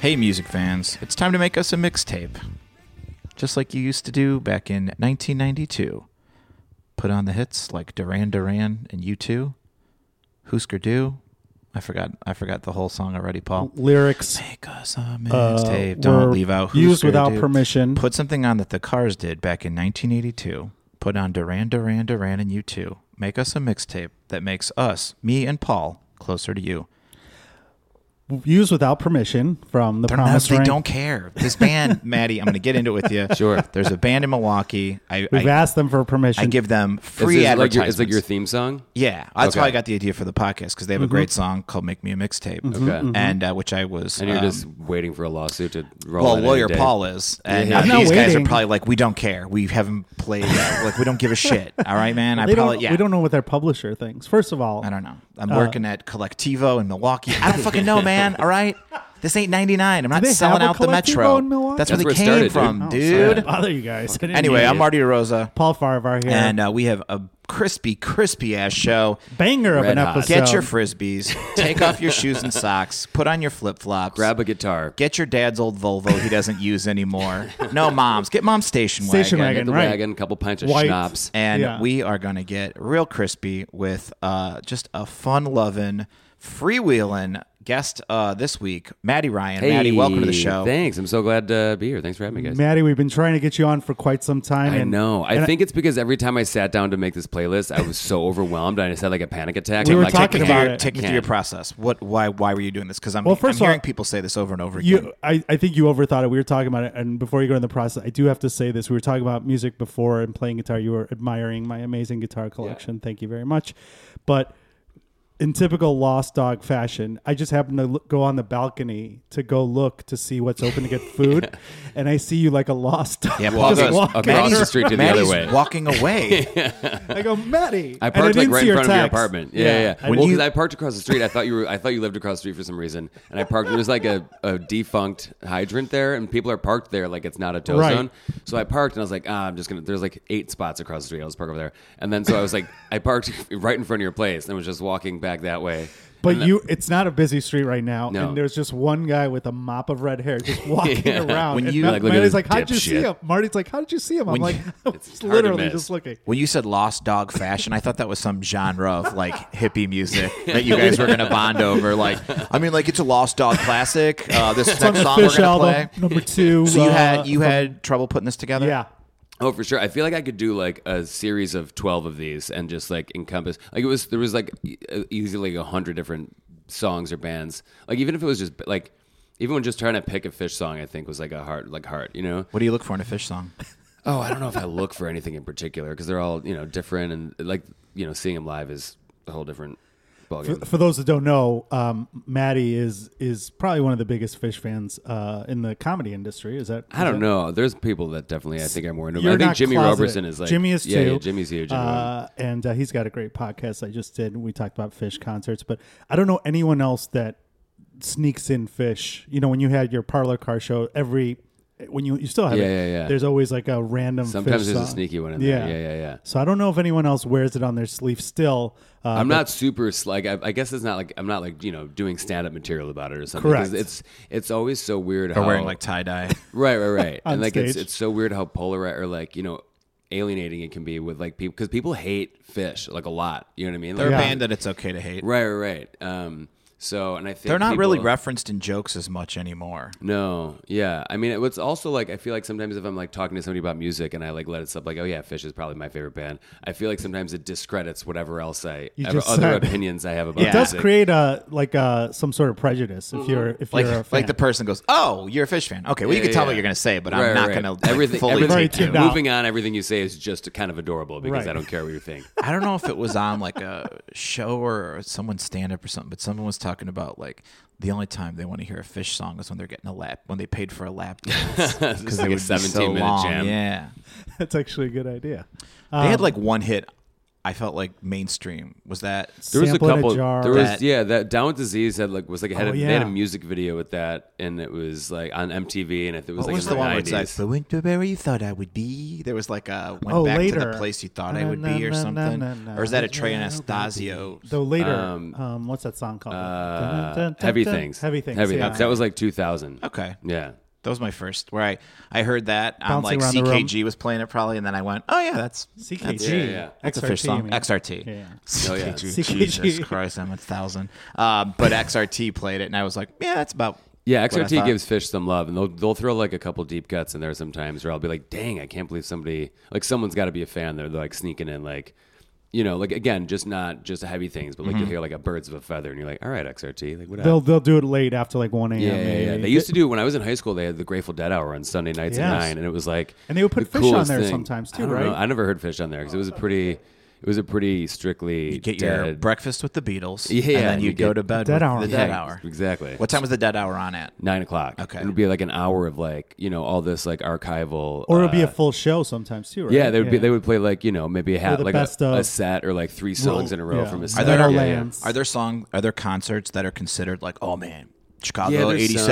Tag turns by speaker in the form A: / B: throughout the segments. A: Hey, music fans, it's time to make us a mixtape. Just like you used to do back in 1992. Put on the hits like Duran Duran and U2, Husker Du. I forgot. I forgot the whole song already, Paul.
B: Lyrics
A: Make us a
B: uh,
A: mixtape.
B: were
A: Don't leave out Husker
B: used without
A: Du.
B: permission.
A: Put something on that the Cars did back in 1982. Put on Duran Duran Duran and U2. Make us a mixtape that makes us, me and Paul, closer to you.
B: used without permission from the
A: They're not-
B: promise
A: they
B: ring.
A: don't care. This band, Maddie, I'm going to get into it with you.
C: Sure.
A: There's a band in Milwaukee. I,
B: We've
A: I,
B: asked them for permission.
A: I give them
C: Is
A: free
C: this like your,
A: advertisements.
C: it's like your theme song.
A: yeah, that's
C: Okay.
A: how I got the idea for the podcast because they have a
B: Mm-hmm.
A: great song called "Make Me a Mixtape,"
C: Okay.
A: and uh, which I was.
C: And you're
A: um,
C: just waiting for a lawsuit to roll.
A: well,
C: in any
A: lawyer
C: day.
A: Paul is, and
C: Yeah.
A: uh,
C: I'm
B: not
A: these guys are
B: waiting.
A: probably like, "We don't care. We haven't played. yet. like, we don't give a shit." All right, man. I
B: they
A: probably
B: don't,
A: yeah.
B: We don't Uh. know what their publisher thinks. First of all,
A: I don't know. I'm working at Collectivo in Milwaukee. I don't fucking know, man. All right. This ain't 99. I'm not
B: they have
A: selling
B: a
A: out the
B: Collectivo
A: metro.
B: in Milwaukee? Oh,
A: That's where
C: That's
A: they
C: where it
A: came
C: started,
A: from,
C: dude.
A: dude.
B: Sorry to bother you guys. I didn't
A: Anyway,
B: mean
A: I'm
B: it.
A: Marty DeRosa,
B: Paul Farvar here.
A: and uh, we have a crispy, crispy ass show.
B: banger of
C: Red
B: an
C: hot.
B: episode.
A: Get your frisbees, take off your shoes and socks, put on your flip flops,
C: grab a guitar.
A: get your dad's old Volvo he doesn't use anymore. No, mom's, get mom's station,
B: Station
A: wagon.
C: Get the
B: right.
C: wagon, couple pints of
B: White.
C: schnapps.
A: And
B: Yeah.
A: we are going to get real crispy with uh, just a fun loving, freewheeling guest uh, this week, Maddie Ryan. Maddie, welcome to the
C: Hey,
A: show.
C: Thanks. I'm so glad to be here. Thanks for having me, guys.
B: Maddie, we've been trying to get you on for quite some time.
C: I
B: and,
C: know. I
B: and
C: think it's because every time I sat down to make this playlist, I was so overwhelmed and I just had like a panic attack.
B: We
C: I'm
B: were
C: like, I
B: talking
A: Take me,
C: can't-
B: about
A: through,
B: it.
A: take me through your process. What? Why? Why were you doing this? Because I'm,
B: Well,
A: I'm
B: first of all,
A: hearing people say this over and over again.
B: You, I, I think you overthought it. We were talking about it, and before you go in the process, I do have to say this: we were talking about music before and playing guitar. You were admiring my amazing guitar collection. Thank you very much. But in typical lost dog fashion, I just happened to look, go on the balcony to go look to see what's open to get food, and I see you like a lost dog.
A: yeah,
C: Paul
A: Paul
B: just
C: goes
B: walking
C: across
B: around.
C: the street to the other
A: Maddie's
C: way.
A: walking away.
B: I go, Maddie.
C: I
B: And
C: parked like
B: didn't
C: right
B: see
C: in front of your
B: text.
C: apartment. Yeah, yeah. yeah.
B: I
C: Well,
B: didn't-
C: 'cause I parked across the street. I thought you were. I thought you lived across the street for some reason. And I parked. There was like a, a defunct hydrant there, and people are parked there like it's not a tow
B: Right.
C: zone. So I parked, and I was like, ah, I'm just gonna. There's like eight spots across the street. I'll just park over there. And then so I was like, I parked right in front of your place, and I was just walking back that way.
B: But you, it's not a busy street right now,
C: No.
B: and there's just one guy with a mop of red hair just walking around.
A: When
B: and
A: you-
B: Ma-
A: Like,
C: look at
B: Marty's
C: this
B: like, "How'd you
C: dipshit."
B: see him?" Marty's like, "How'd you see him?" I'm
A: When
B: like,
A: you-
B: "I was
C: It's hard to
B: literally
C: miss.
B: just looking."
A: When you said lost dog fashion, I thought that was some genre of like hippie music that you guys were gonna bond over. Like, I mean, like it's a lost dog classic. Uh, this
B: It's on
A: next
B: the
A: song we're
B: Fish
A: gonna
B: album
A: play.
B: number two.
A: So you
B: uh,
A: had you had trouble putting this together.
B: yeah.
C: Oh, for sure. I feel like I could do like a series of twelve of these and just like encompass. Like it was there was like e- easily like a hundred different songs or bands. Like even if it was just like even when just trying to pick a fish song, I think was like a hard like hard. You know.
A: What do you look for in a fish song?
C: Oh, I don't know if I look for anything in particular because they're all you know different and like you know seeing them live is a whole different ballgame.
B: For those that don't know, um, Maddie is is probably one of the biggest fish fans uh, in the comedy industry. Is that?
C: I don't know. There's people that definitely I think are more into.
B: You're
C: I think
B: not
C: Jimmy
B: closeted.
C: Robertson is like
B: Jimmy is
C: yeah,
B: too.
C: yeah Jimmy's huge.
B: Uh, and uh, he's got a great podcast I just did. We talked about fish concerts, but I don't know anyone else that sneaks in fish. You know, when you had your parlor car show, every when you you still have
C: Yeah,
B: it,
C: yeah, yeah.
B: there's always like a random.
C: Sometimes
B: fish
C: there's a
B: song.
C: sneaky one in there. Yeah, yeah, yeah.
B: So I don't know if anyone else wears it on their sleeve still. Uh,
C: I'm
B: but
C: not super s- like I, I guess it's not like I'm not like you know doing stand up material about it or something.
B: Correct.
C: 'cause It's it's always so weird how
A: Or wearing like tie dye.
C: right right right
B: On
C: and like it's
B: stage.
C: it's so weird how polar or like you know alienating it can be with like people because people hate fish like a lot. You know what I mean?
A: They're
B: Yeah.
A: a band that it's okay to hate.
C: Right right right. Um. So and I think
A: They're not really
C: people-
A: referenced in jokes as much anymore.
C: No, yeah. I mean, it's also like I feel like sometimes if I'm like talking to somebody about music and I like let it slip, like, oh yeah, Fish is probably my favorite band. I feel like sometimes it discredits whatever else I,
B: You
C: other
B: just said.
C: opinions I have about
A: It
B: It does
C: music.
B: create a like uh some sort of prejudice if you're if
A: Like,
B: you're a fan.
A: like the person goes, "Oh, you're a fish fan." Okay, well, you
C: Yeah,
A: can tell
C: yeah.
A: what you're gonna say, but
C: Right,
A: I'm not
C: right.
A: gonna like,
C: everything.
A: fully
C: everything
A: take you.
B: Right,
C: moving on, everything you say is just kind of adorable because
B: Right.
C: I don't care what you think.
A: I don't know if it was on like a show or someone's stand up or something, but someone was talking about like the only time they want to hear a fish song is when they're getting a lap when they paid for a lap dance because
C: like a
A: they would be so
C: 17 minute
A: long.
C: jam.
A: Yeah,
B: That's actually a good idea.
A: they had like one hit. I felt like mainstream was that
C: There was a
B: Sample in a
C: couple.
B: jar.
C: There was
A: That-
C: yeah, that Down with Disease had like was like had
B: Oh,
C: a, they had a
B: yeah.
C: music video with that, and it was like on MTV, and it was
A: what
C: like
A: was
C: in
A: the one where it's like
C: 90s.
A: "But went to where you thought I would be? There was like a went
B: Oh,
A: back to
B: later.
A: the place you thought I
B: Na,
A: would
B: na,
A: be or
B: na, na,
A: something.
B: na, na,
A: or is that a
B: na,
A: Trey
B: na, na,
A: Anastasio?
B: Though later,
C: Um,
B: um, what's that song called?
C: Uh,
B: Dun, dun, dun,
C: heavy
B: dun.
C: things.
B: Heavy things.
C: Heavy
B: yeah.
C: things. That was like 2000.
A: Okay.
C: Yeah.
A: That was my first where I, I heard that on
B: Bouncing
A: like
B: around the room.
A: CKG was playing it probably and then I went, Oh yeah, that's
B: CKG.
C: Yeah, yeah.
A: That's a
B: XRT,
A: fish
B: I
A: song.
B: mean.
A: XRT.
B: Yeah.
A: CKG.
C: Oh, yeah.
B: CKG.
A: Jesus Christ, I'm a thousand. Um, but XRT played it, and I was like, yeah, that's about.
C: Yeah,
A: what I
C: XRT
A: thought.
C: gives Fish some love, and they'll they'll throw like a couple deep cuts in there sometimes, where I'll be like, "Dang, I can't believe somebody like someone's got to be a fan." They're like sneaking in, like you know, like again, just not just heavy things, but like you hear like a birds of a feather, and you're like, "All right, XRT, like whatever."
B: Mm-hmm. They'll they'll do it late after like one a.m.
C: yeah, yeah, yeah.
B: maybe.
C: They used to do when I was in high school. They had the Grateful Dead hour on Sunday nights
B: Yes.
C: at nine, and it was like,
B: And they would put
C: the
B: Fish on
C: coolest
B: there
C: thing.
B: sometimes, too,
C: I don't know.
B: right?
C: I never heard Fish on there because it was a pretty, it was a pretty strictly
A: You get your
C: dead-
A: breakfast with the Beatles,
C: Yeah,
A: and then
C: and
A: you,
C: you
A: go
C: get
A: to bed
B: Dead
A: with
B: Hour.
A: the
C: Yeah,
A: dead hour.
C: exactly.
A: What time was the dead hour on at?
C: nine o'clock.
A: Okay.
C: It would be like an hour of like, you know, all this like archival.
B: or it'll be a
C: uh,
B: full show sometimes too, right?
C: yeah, they would be. They would play like you know maybe a hat,
B: the
C: like a,
B: best of-
C: a set, or like three songs in a row
B: yeah.
C: from
B: Are
C: a set.
A: there-
C: yeah,
B: Meadowlands.
A: Are there song? Are there concerts that are considered like, oh man,
C: Yeah,
A: Chicago
C: there's
A: '87?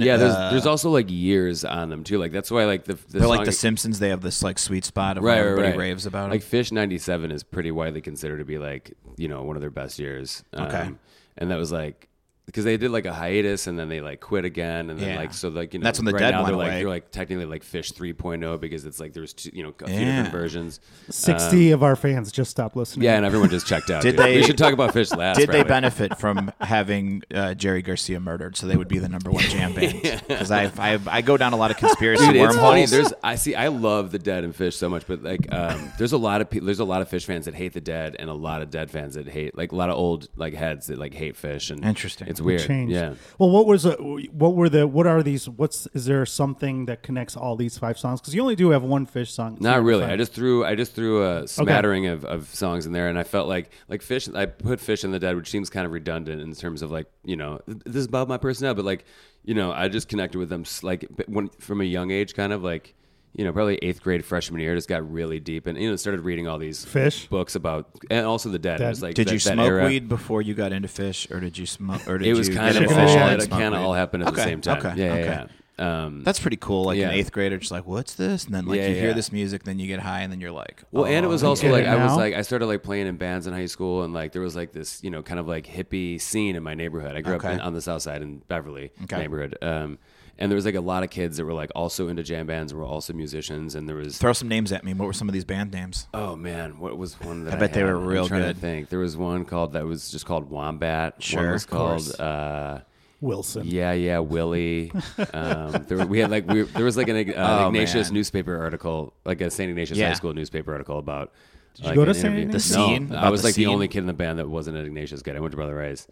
C: some- yeah, there's
A: uh,
C: there's also like years on them too. Like that's why like the, the
A: they're
C: song-
A: like the Simpsons. They have this like sweet spot of
C: right,
A: where
C: right,
A: everybody
C: right.
A: raves about
C: Like
A: them.
C: Fish '97 is pretty widely considered to be like you know one of their best years. Um,
A: Okay.
C: and that was like because they did like a hiatus and then they like quit again and then
A: Yeah.
C: like so like you know
A: That's when the
C: right
A: Dead
C: now
A: went
C: they're like
A: away.
C: you're like technically like Fish 3.0 because it's like there's two, you know a few
A: Yeah.
C: different versions.
B: Sixty of our fans just stopped listening.
C: um, Yeah, and everyone just checked out.
A: Did
C: dude.
A: they-
C: We should talk about Fish last.
A: Did they
C: probably.
A: benefit from having uh, Jerry Garcia murdered? So they would be the number one jam band. Because I, I I go down a lot of conspiracy
C: Dude, it's funny.
A: wormholes.
C: There's I see. I love the Dead and Fish so much, but like, um, there's a lot of people. There's a lot of Fish fans that hate the Dead, and a lot of Dead fans that hate like a lot of old like heads that like hate Fish. And
A: Interesting.
C: It's weird.
B: Changed.
C: Yeah.
B: Well, what was a, what were the what are these? What's is there something that connects all these five songs? Because you only do have one fish song.
C: Not really. I just threw I just threw a smattering of, of songs in there, and I felt like like fish. I put fish in the dead, which seems kind of redundant in terms of like you know this is about my personnel, but like you know I just connected with them s- like b- when from a young age, kind of like you know probably eighth grade freshman year, just got really deep and you know started reading all these
B: Fish?
C: books about and also the dead. It
B: Dead.
C: was like
A: Did
C: that-
A: you
C: that
A: smoke
C: era.
A: weed before you got into fish, or did you smoke? Or did
C: It was
A: you
C: kind
A: get
C: of
A: into
C: all
A: fish and then
C: it
A: smoke
C: kind of
A: weed?
C: all happened at the
A: Okay,
C: same time.
A: Okay,
C: yeah,
A: okay.
C: yeah, yeah. Um,
A: That's pretty cool. Like
C: Yeah.
A: an eighth grader, just like, what's this? And then like
C: Yeah,
A: you hear
C: yeah.
A: this music, then you get high, and then you're like,
C: Well, and it
A: oh,
C: was also
B: get
C: like
B: it
C: I was
B: now?
C: like I started like playing in bands in high school, and like there was like this you know kind of like hippie scene in my neighborhood. I grew
A: Okay.
C: up in, on the south side in Beverly
A: Okay.
C: neighborhood, um, and there was like a lot of kids that were like also into jam bands, and were also musicians, and there was
A: throw some names at me. What were some of these band names?
C: oh man, what was one that I,
A: bet they
C: had?
A: were
C: I'm
A: real
C: trying
A: good.
C: To think there was one called that was just called Wombat.
A: Sure,
C: one was
A: of
C: called.
A: course.
C: Uh,
B: Wilson.
C: yeah, yeah, Willie. Um, there, we had like we, there was like an uh,
A: Oh,
C: Ignatius
A: man.
C: newspaper article, like a St. Ignatius
A: Yeah.
C: High School newspaper article about. Did
B: you go to St. Ignatius?
A: The scene?
C: No, I
A: About
C: was
A: the
C: like
A: scene?
C: the only kid in the band that wasn't an Ignatius kid. I went to Brother Rice.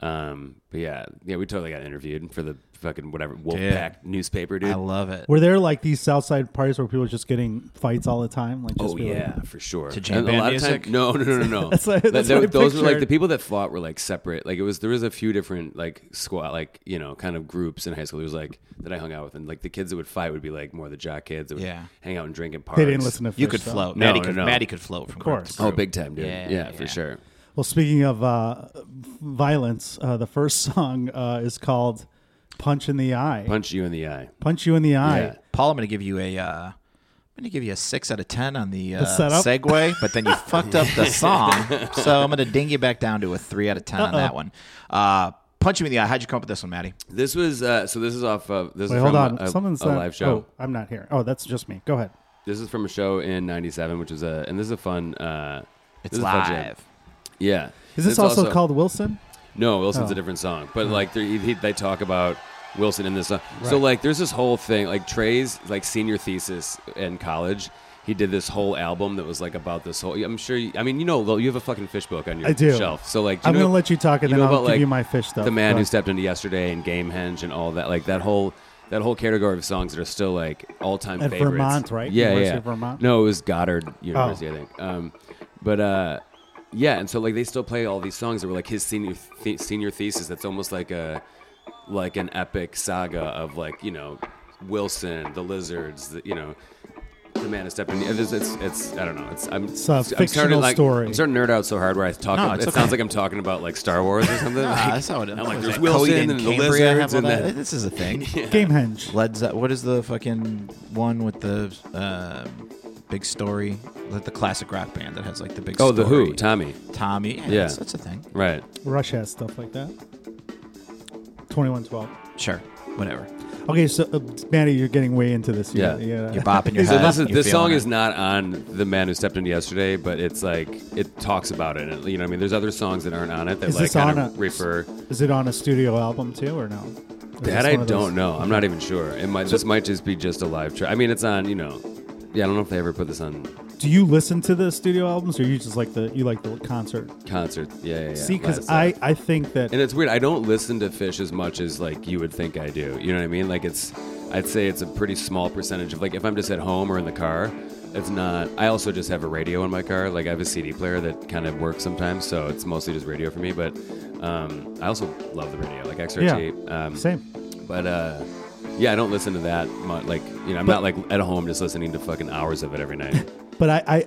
C: Um, but yeah, yeah, we totally got interviewed for the fucking whatever Wolfpack newspaper, dude.
A: I love it.
B: Were there like these Southside parties where people were just getting fights all the time? Like,
C: Oh
B: just be like-
C: yeah, for sure.
A: To jam
C: And
A: band
C: a lot of
A: music?
C: time, no, no, no, no, no.
B: That's what-
C: That-
B: that's
C: that-
B: what I
C: those were like the
B: pictured.
C: people that fought were like separate. Like it was there was a few different like squad, like you know, kind of groups in high school. It was like that I hung out with, and like the kids that would fight would be like more the jock kids that would
A: Yeah.
C: hang out and drink in parks.
B: they didn't listen to. Fish,
A: You could
B: though.
A: float.
C: No,
A: Maddie,
C: no,
A: could,
C: no.
A: Maddie could float from group to
B: course.
C: Oh,
A: group.
C: big time, dude. Yeah,
A: Yeah, yeah.
C: for sure.
B: Well, speaking of uh, violence, uh, the first song uh, is called "Punch in the Eye." Punch,
C: Punch you in the eye.
B: you in the eye.
C: Yeah.
A: Paul, I'm going to give you a. Uh, I'm gonna give you a six out of ten on the, uh,
B: setup?
A: segue, but then you fucked up the song, so I'm gonna ding you back down to a three out of 10 on that one. Uh, punch me in the eye. How'd you come up with this one, Maddie?
C: This was uh, so. This is off of this
B: Wait,
C: is
B: hold
C: from
B: on.
C: a,
B: Someone's
C: a
B: not-
C: live show.
B: Oh, I'm not here. Oh, that's just me. Go ahead.
C: This is from a show in '97, which was a and this is a fun. Uh,
A: It's
C: this is a fun jam.
A: live.
C: Yeah.
B: Is this
C: It's
B: also, called Wilson?
C: No, Wilson's
B: Oh.
C: a different song, but like they he, they talk about Wilson in this song. So like there's this whole thing like Trey's like senior thesis in college. He did this whole album that was like about this whole. I'm sure. You, I mean, you know, Lil, you have a fucking fish book on your
B: I do.
C: shelf. So like, do
B: I'm
C: know-
B: gonna let you talk, and
C: you
B: then
C: know
B: I'll
C: about,
B: give
C: like,
B: you my fish stuff.
C: The man
B: Go
C: who
B: ahead.
C: stepped into yesterday and Gamehenge and all that, like that whole that whole category of songs that are still like all time
B: At
C: favorites.
B: Vermont, right?
C: Yeah,
B: University
C: yeah.
B: of Vermont? Oh.
C: No, it was Goddard University, I think. Um, but uh, yeah, and so like they still play all these songs that were like his senior th- senior thesis. That's almost like a like an epic saga of like you know Wilson, the Lizards, the, you know the man is stepping. It's, it's, it's I don't know. It's I'm,
B: a
C: I'm starting to,
B: fictional
C: like
B: story.
C: I'm starting to nerd out so hard where I talk.
A: No,
C: it
A: it's okay.
C: sounds like I'm talking about like Star Wars or something.
A: Ah,
C: Like,
A: that's not what it
C: I'm like,
A: was.
C: there's
A: Like
C: Wilson and,
A: Coheed
C: the
A: Cambria have
C: lizards
A: all
C: and
A: that.
C: the
A: This is a thing.
B: Gamehenge.
A: Led Ze- What is the fucking one with the um big story? Like the classic rock band that has like the big.
C: Oh, the
A: story.
C: Who, Tommy.
A: Tommy. Yeah,
C: Yeah.
A: That's, that's a thing.
C: Right.
B: Rush has stuff like that. Twenty-one twelve.
A: Sure, whatever.
B: Okay, so uh, Manny, you're getting way into this. You
C: Yeah.
B: gotta- you gotta-
A: You're bopping your
C: So
A: head.
C: this is,
A: you're
C: this
A: feeling
C: song
A: it.
C: is not on the man who stepped in yesterday, but it's like it talks about it. And, you know, what I mean, there's other songs that aren't on it that
B: Is
C: like
B: this on
C: kind
B: a-
C: of refer.
B: Is it on a studio album too, or no? Or
C: That
B: is this
C: I
B: one of those-
C: don't know. I'm not even sure. It might this might just be just a live track. I mean, it's on. You know, yeah. I don't know if they ever put this on
B: Do you listen to the studio albums, or you just like the you like the concert?
C: concert. Yeah, yeah. yeah
B: See,
C: live
B: because
C: stuff.
B: I I think that
C: And it's weird. I don't listen to Fish as much as like you would think I do. You know what I mean? Like it's, I'd say it's a pretty small percentage of like if I'm just at home or in the car. It's not. I also just have a radio in my car. Like I have a CD player that kind of works sometimes, so it's mostly just radio for me. But um, I also love the radio, like XRT. um,
B: same.
C: But uh, yeah, I don't listen to that much. Like you know, I'm
B: But-
C: not like at home just listening to fucking hours of it every night.
B: But I, I,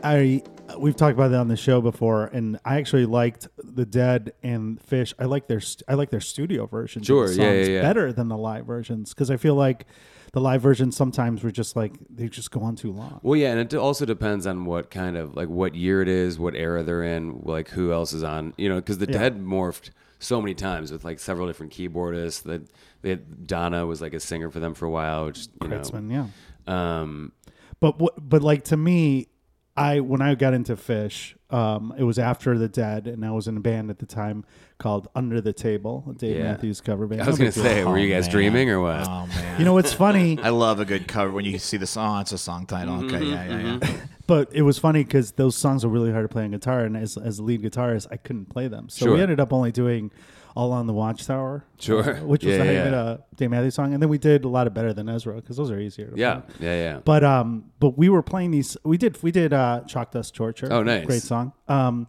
B: I, we've talked about that on the show before, and I actually liked the Dead and Fish. I like their, st- I like their studio versions. of
C: Sure,
B: the
C: yeah, yeah,
B: songs
C: yeah.
B: better than the live versions because I feel like the live versions sometimes were just like they just go on too long.
C: Well, yeah, and it d- also depends on what kind of like what year it is, what era they're in, like who else is on, you know, because the
B: Yeah.
C: Dead morphed so many times with like several different keyboardists. That they had, Donna was like a singer for them for a while, which, you know,
B: Kurtzman, yeah.
C: um,
B: But what, but like to me, I when I got into Fish, um, it was after the Dead, and I was in a band at the time called Under the Table, a Dave
C: Yeah.
B: Matthews cover band.
C: I was
B: No
C: gonna
B: big deal.
C: say, were you
A: Oh,
C: guys
A: man.
C: dreaming or what?
A: Oh man.
B: you know what's funny?
A: I love a good cover when you see the song. it's a song title. Okay, yeah, yeah, yeah.
B: But it was funny because those songs were really hard to play on guitar, and as as the lead guitarist, I couldn't play them. So
C: Sure.
B: we ended up only doing "All on the Watchtower,"
C: Sure.
B: which was
C: Yeah,
B: the
C: yeah.
B: Hyman, uh, Dave Matthews song, and then we did a lot of better than Ezra because those are easier. To
C: yeah,
B: play.
C: yeah, yeah.
B: But um, but we were playing these. We did we did uh, "Chalk Dust Torture."
C: Oh, nice.
B: great song. Um,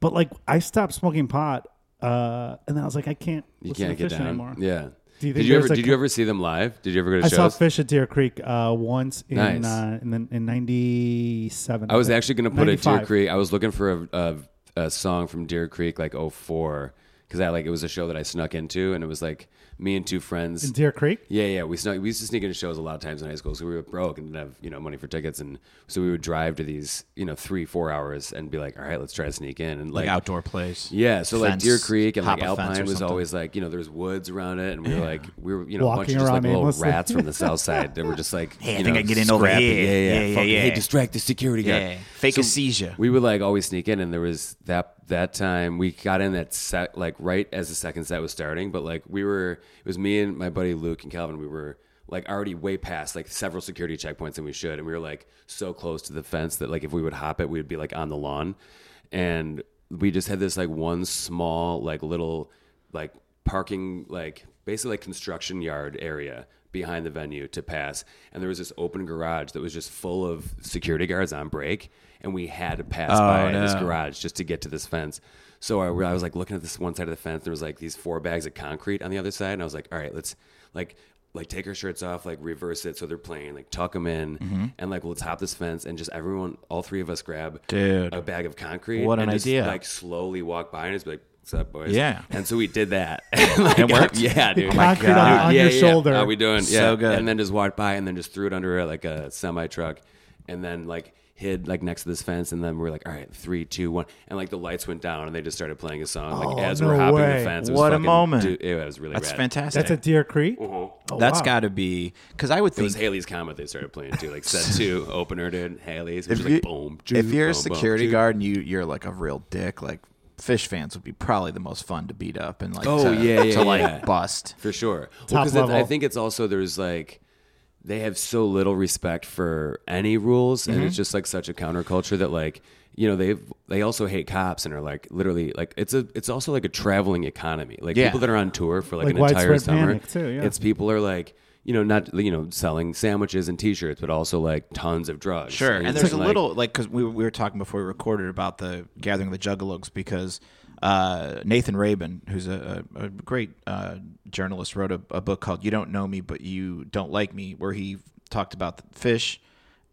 B: but like I stopped smoking pot, uh, and then I was like, I can't.
C: you
B: listen
C: can't
B: to
C: get
B: Fish
C: down.
B: anymore.
C: Yeah.
B: Do you
C: did
B: think
C: you ever?
B: there's a
C: Did
B: con-
C: you ever see them live? Did you ever go to
B: I
C: shows?
B: saw Fish at Deer Creek uh, once in
C: Nice.
B: uh, in the, in '97.
C: I was actually going to put it Deer
B: 95.
C: Creek. I was looking for a, a, a song from Deer Creek like 04 because I like it was a show that I snuck into and it was like me and two friends.
B: in Deer Creek.
C: yeah, yeah, we snuck. We used to sneak into shows a lot of times in high school, so we were broke and didn't have you know money for tickets, and so we would drive to these you know three four hours and be like, all right, let's try to sneak in and like,
A: Like outdoor place.
C: yeah, so like
A: fence,
C: Deer Creek and like
A: hop a fence
C: Alpine
A: or
C: was
A: something.
C: always like, you know, there's woods around it, and we were like, we were, you know,
B: Walking
C: a bunch of just
B: around
C: like little
B: aimlessly.
C: rats from the south side that were just like,
A: Hey, I
C: you
A: think
C: know,
A: I get in over
C: scrappy.
A: here.
C: Yeah, yeah,
A: Yeah, yeah,
C: fucking,
A: yeah.
C: Hey, distract the security guy.
A: Yeah, fake a seizure.
C: We would like always sneak in, and there was that that time we got in that set like right as the second set was starting, but like we were, it was me and my buddy Luke and Calvin. We were like already way past like several security checkpoints than we should, and we were like so close to the fence that like if we would hop it, we'd be like on the lawn, and we just had this like one small like little like parking like basically like construction yard area behind the venue to pass and there was this open garage that was just full of security guards on break and we had to pass
A: Oh,
C: by this garage just to get to this fence so I, I was like looking at this one side of the fence there was like these four bags of concrete on the other side and i was like all right let's like like take our shirts off, like reverse it so they're playing, like tuck them in,
A: Mm-hmm.
C: and like let's hop this fence and just everyone, all three of us grab
A: Dude.
C: a bag of concrete.
A: What
C: and
A: an
C: just,
A: idea.
C: Like slowly walk by and just be like, "What's up, boys?"
A: Yeah.
C: And so we did that. Like,
A: It worked? Oh
C: Yeah, dude.
B: Concrete
A: God.
B: on,
A: Dude,
B: on
C: yeah,
B: your
C: yeah.
B: shoulder.
C: How we doing?
A: So
C: Yeah.
A: good.
C: And then just walked by and then just threw it under uh, like a semi truck, and then like hid like next to this fence, and then we were like, all right, three, two, one, and like the lights went down, and they just started playing a song like
B: Oh,
C: as
B: no
C: we're hopping
B: way.
C: the fence. It was
A: What a
C: fucking-
A: moment.
C: Dude, it was really
A: That's
C: rad.
A: fantastic.
B: That's at Deer Creek.
C: Mm-hmm.
B: Oh,
A: That's
B: wow.
A: got to be because I would
C: It was
A: think
C: Haley's Comet they started playing too, like set two opener dude. Haley's, which
A: if,
C: was
A: you,
C: like boom.
A: if
C: choo,
A: you're
C: boom,
A: a
C: boom,
A: security
C: choo.
A: guard and you you're like a real dick, like fish fans would be probably the most fun to beat up and like
C: Oh,
A: to,
C: yeah, yeah,
A: to like
C: yeah.
A: bust.
C: for sure.
B: Top
C: Well, 'cause it- I
B: level.
C: think it's also there's like they have so little respect for any rules, and
B: Mm-hmm.
C: it's just like such a counterculture that like you know they they also hate cops and are like literally like it's a it's also like a traveling economy. Like
A: Yeah.
C: people that are on tour for like,
B: Like
C: an entire
B: widespread
C: summer.
B: panic, too, yeah.
C: It's people are like. You know, not you know, selling sandwiches and T-shirts, but also like tons of drugs.
A: Sure, and
C: it's
A: there's a
C: like-
A: little like because we, we were talking before we recorded about the gathering of the Juggalos because uh, Nathan Rabin, who's a, a, a great uh, journalist, wrote a, a book called "You Don't Know Me But You Don't Like Me," where he talked about the fish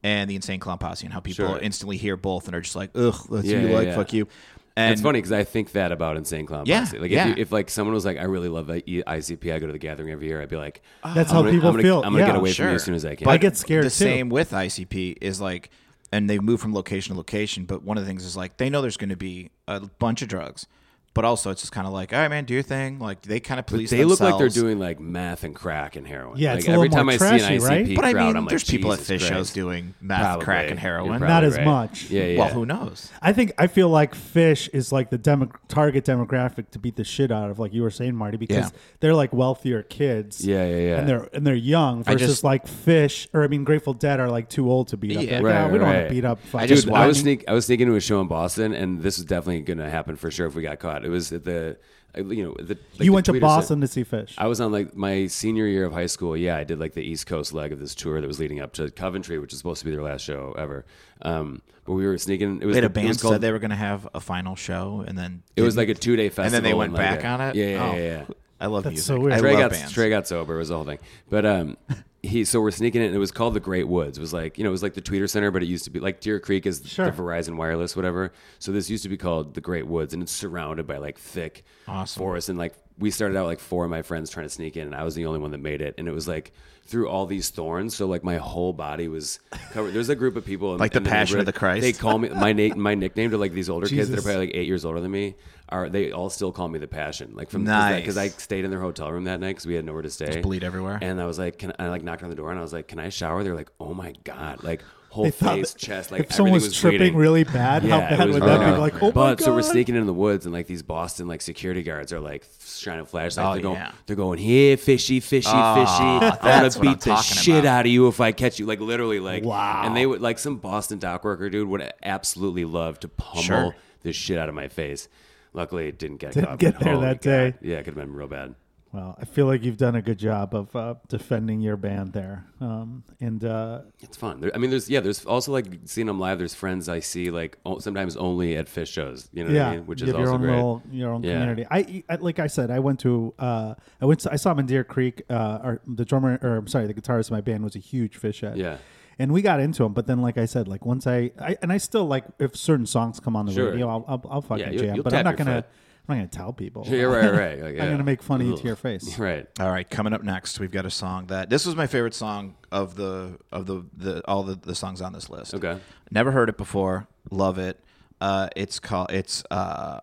A: and the Insane Clown Posse, and how people
C: Sure.
A: instantly hear both and are just like, ugh, that's
C: Yeah,
A: who you
C: yeah,
A: like,
C: yeah.
A: fuck you. And
C: it's funny because I think that about Insane Clown
A: Yeah,
C: Posse. Like if,
A: yeah.
C: you, if like someone was like, I really love E, I- ICP. I go to the gathering every year. I'd be like,
A: Ah.
B: That's
C: I'm
B: how
C: gonna-
B: people
C: I'm gonna,
B: feel.
C: I'm gonna
B: yeah.
C: get away from you as soon as I can.
A: But
B: I get scared,
A: The
B: too.
A: same with ICP is like, and they move from location to location. But one of the things is like they know there's going to be a bunch of drugs, but also it's just kind of like, all right, man, do your thing. Like they kind of police.
C: they look like they're
A: themselves.
C: doing like meth and crack and heroin.
B: Yeah,
C: like,
B: it's a
C: every
B: little
C: time
B: more
C: I see
B: trashy,
C: an ICP
B: right?
A: But I
C: crowd,
A: mean,
C: I'm like,
A: there's people at
C: "Jesus
A: fish shows
C: Christ."
A: doing meth,
C: Probably.
A: crack, and
C: You're
A: heroin.
C: probably
B: Not as
C: right.
B: much.
C: Yeah, yeah.
A: Well, who knows?
B: I think I feel like Fish is like the demo- target demographic to beat the shit out of, like you were saying, Marty, because
A: Yeah.
B: they're like wealthier kids.
C: Yeah, yeah, yeah.
B: And they're and they're young
A: I
B: versus
A: just-
B: like Fish or I mean Grateful Dead are like too old to beat up.
A: Yeah.
B: They're like,
C: Right,
B: "Ah, we don't want
C: right.
B: to beat up.
A: I
B: fucking-
A: just
C: Dude, I was sneak I was sneaking to a show in Boston, and this is definitely going to happen for sure if we got caught. It was at the, uh, you know, the like
B: you
C: the
B: went to
C: tweeters-
B: Boston to see Fish.
C: I was on like my senior year of high school. Yeah, I did like the East Coast leg of this tour that was leading up to Coventry, which was supposed to be their last show ever. Um, but we were sneaking. It was
A: They had
C: the-
A: a
C: It
A: band
C: was, called-
A: said they were going to have a final show, and then
C: it was like
A: didn't.
C: a two day festival,
A: and then they went
C: like,
A: back
C: a-
A: on it.
C: Yeah, yeah,
A: Oh,
C: yeah. yeah.
A: I love
B: That's
A: music.
B: so weird.
A: I
B: Trey
A: love
C: got
A: bands.
C: Trey got sober was the whole thing. But um, he so we're sneaking in. And it was called the Great Woods. It was like you know it was like the Tweeter Center, but it used to be like Deer Creek is
B: Sure.
C: the Verizon Wireless, whatever. So this used to be called the Great Woods, and it's surrounded by like thick
A: Awesome.
C: forest. And like we started out like four of my friends trying to sneak in, and I was the only one that made it. And it was like through all these thorns, so like my whole body was covered. There's a group of people in-
A: Like the
C: in
A: Passion of
C: neighborhood.
A: the Christ.
C: They call me my na- my nickname to like these older kids that are
B: Jesus.
C: probably like eight years older than me. Are they all still call me the Passion? Like from because I
A: Nice.
C: stayed in their hotel room that night because we had nowhere to stay.
A: bleed everywhere.
C: And I was like, can I like knocked on the door and I was like, can I shower? They're like, oh my god, like whole
B: They thought
C: face,
B: that
C: chest, like
B: if someone was,
C: everything was
B: tripping
C: bleeding.
B: really bad, how
C: Yeah, it
B: bad
C: was
B: would
C: really
B: that be?
C: bad.
B: Like, oh my
C: but
B: god!
C: so we're sneaking in the woods, and like these Boston like security guards are like shining flashlights.
A: Oh,
C: they're going,
A: yeah.
C: they're going here, fishy, fishy,
B: Ah,
C: fishy. I'm
A: that's
C: gonna
A: what I'm
C: beat the
A: talking
C: shit
A: about.
C: out of you if I catch you. Like literally, like
B: Wow.
C: And they would like some Boston dock worker dude would absolutely love to pummel
A: Sure.
C: the shit out of my face. Luckily, it didn't get
B: Didn't
C: caught.
B: get
C: but
B: there
C: holy
B: that
C: God.
B: day.
C: Yeah, it could have been real bad.
B: Well, I feel like you've done a good job of uh, defending your band there, um, and uh,
C: It's fun. There, I mean, there's yeah, there's also like seeing them live. There's friends I see like o- sometimes only at fish shows. You know what I mean? Which
B: you
C: is
B: have your
C: also
B: own
C: great.
B: little your own
C: Yeah.
B: community. I, e, I like I said, I went to uh, I went to, I saw him in Deer Creek. Uh, or the drummer, or I'm sorry, the guitarist of my band was a huge fish head.
C: Yeah.
B: and we got into him. But then, like I said, like once I, I and I still like if certain songs come on the
C: Sure.
B: radio, I'll I'll, I'll fucking
C: Yeah, you'll-
B: jam.
C: you'll
B: But I'm
C: tap
B: not
C: your
B: gonna
C: foot.
B: I'm not gonna tell people.
C: You're right, right. Like,
B: I'm
C: yeah.
B: gonna make fun of you to
C: Ugh.
B: your face.
C: Right.
A: All right, coming up next, we've got a song that this was my favorite song of the of the, the all the, the songs on this list.
C: Okay.
A: never heard it before. Love it. Uh, it's called it's uh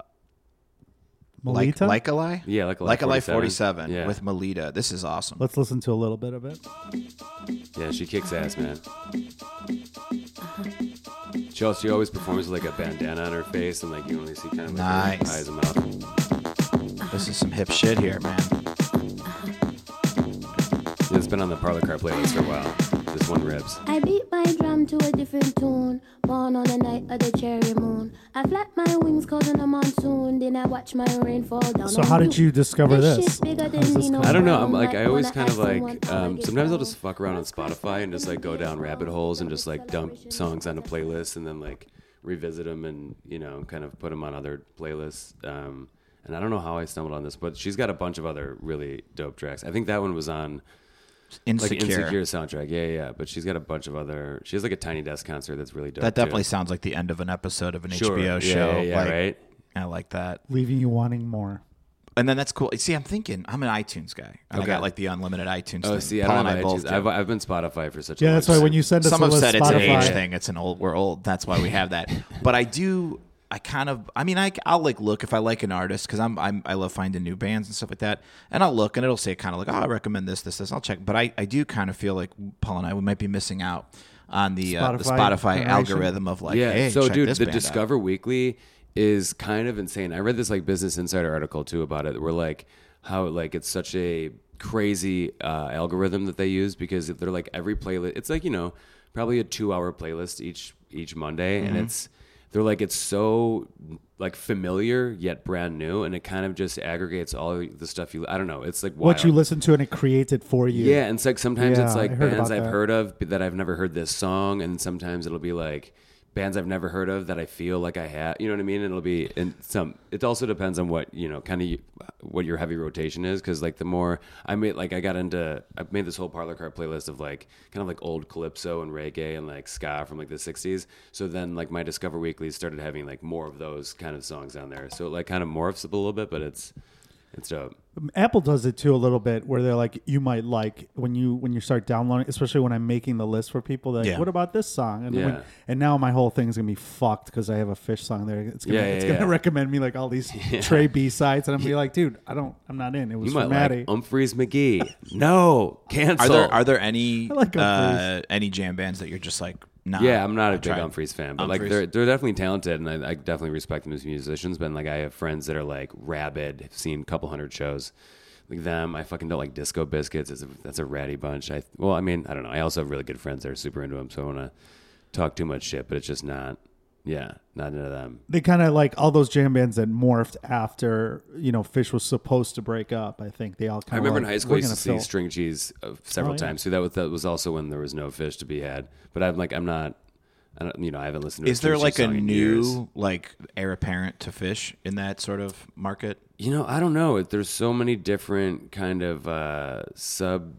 A: like
B: Melita,
A: like a lie.
C: Yeah, Like a Lie
A: like a lie
C: 47.
A: forty seven
C: Yeah.
A: with Melita. This is awesome.
B: let's listen to a little bit of it.
C: Yeah, she kicks ass, man.
D: Uh-huh.
C: She also she always performs with like a bandana on her face and like you only see kind of like her
A: Nice.
C: eyes and mouth.
A: This is some hip shit here, man.
C: Yeah, It's been on the parlor car playlist for a while. This one rips.
D: I beat my drum to a different tune. Born on the night of the cherry moon. I flap my wings causing a monsoon. Then I watch my rain fall down.
B: So
D: on
B: how did you discover this?
D: shit's bigger
B: How
D: than
B: does this
D: me, no
B: come
C: I don't know.
D: problem.
C: I'm like I always
D: when
C: kind of
D: ask someone
C: like
D: how I
C: um,
D: get
C: sometimes I'll
D: down,
C: just fuck around on Spotify and just like go down rabbit holes and just like dump songs on a playlist and then like revisit them and you know kind of put them on other playlists. Um, and I don't know how I stumbled on this, but she's got a bunch of other really dope tracks. I think that one was on like
A: Insecure.
C: Insecure soundtrack. Yeah, yeah. yeah. But she's got a bunch of other. She has like a Tiny Desk concert that's really dope.
A: That
C: too.
A: definitely sounds like the end of an episode of an
C: Sure.
A: HBO
C: Yeah,
A: show.
C: Yeah, yeah,
A: like,
C: right.
A: I like that.
B: Leaving you wanting more.
A: And then that's cool. See, I'm thinking I'm an iTunes guy. And I
C: Okay.
A: got like the unlimited iTunes.
C: Oh,
A: thing.
C: see, I
A: Paul
C: don't
A: and
C: have
A: I both
C: iTunes.
A: do.
C: I've, I've been Spotify for such. a
B: Yeah,
C: long
B: that's why
C: time.
B: when you send us
A: some
B: a
A: have
B: list,
A: said it's an
B: Spotify,
A: age thing. It's an old. We're old. That's why we have that. But I do. I kind of. I mean, I I'll like look if I like an artist because I'm, I'm I love finding new bands and stuff like that. And I'll look and it'll say kind of like, oh, I recommend this, this, this. I'll check. But I I do kind of feel like Paul and I we might be missing out on the uh, the
B: Spotify
A: Spotify
B: generation.
A: algorithm of like,
C: yeah.
A: hey,
C: so,
A: check
C: dude,
A: this
C: the
A: band out.
C: Discover Weekly is kind of insane. I read this like Business Insider article too about it, where like how like it's such a crazy uh, algorithm that they use because they're like every playlist. It's like you know probably a two-hour playlist each each Monday, and
A: Mm-hmm.
C: it's they're like it's so like familiar yet brand new, and it kind of just aggregates all the stuff you. I don't know. It's like
B: what
C: wild.
B: you listen to, and it creates it for you.
C: Yeah, and it's like sometimes
B: Yeah,
C: it's
B: I
C: like
B: heard
C: bands
B: about
C: I've
B: that.
C: heard of but that I've never heard this song, and sometimes it'll be like bands I've never heard of that I feel like I have. You know what I mean? It'll be in some. It also depends on what you know, kind of what your heavy rotation is. Because like the more I made, like I got into, I made this whole parlor car playlist of like kind of like old calypso and reggae and like ska from like the '60s. So then like my Discover Weeklies started having like more of those kind of songs on there. So it like kind of morphs up a little bit, but it's it's dope.
B: Apple does it too a little bit, where they're like, you might like when you when you start downloading, especially when I'm making the list for people. They're like,
A: Yeah.
B: what about this song? And
C: Yeah.
B: when, and now my whole thing's gonna be fucked because I have a fish song there. It's gonna
C: Yeah,
B: it's
C: yeah,
B: gonna
C: yeah.
B: recommend me like all these Trey B sides, and I'm gonna be like, dude, I don't, I'm not in. It was
C: You
B: for
C: might
B: Maddie.
C: like Humphreys McGee. no,
A: Are
C: cancel.
A: there are there any
B: I like
A: uh,
B: Humphreys.
A: any jam bands that you're just like nah?
C: Yeah, I'm not a
A: I
C: big
A: tried.
C: Humphreys fan, but like
A: Humphreys.
C: they're they're definitely talented, and I, I definitely respect them as musicians. But like I have friends that are like rabid, have seen a couple hundred shows. Like them, I fucking don't like Disco Biscuits. It's a, that's a ratty bunch. I well, I mean, I don't know. I also have really good friends that are super into them, so I don't want to talk too much shit. But it's just not, yeah, not into them.
B: they kind of like all those jam bands that morphed after you know Fish was supposed to break up. I think they all. Kinda
C: I remember
B: like,
C: in high school
B: "We're
C: I used
B: gonna
C: to see
B: fill."
C: string cheese uh, several
B: Oh, yeah.
C: times. So that was that was also when there was no fish to be had. But I'm like, I'm not, I don't, you know, I haven't listened. to
A: Is there
C: string
A: like
C: cheese
A: a
C: song in
A: new
C: years.
A: like heir apparent to Fish in that sort of market?
C: You know, I don't know. There's so many different kind of uh, sub.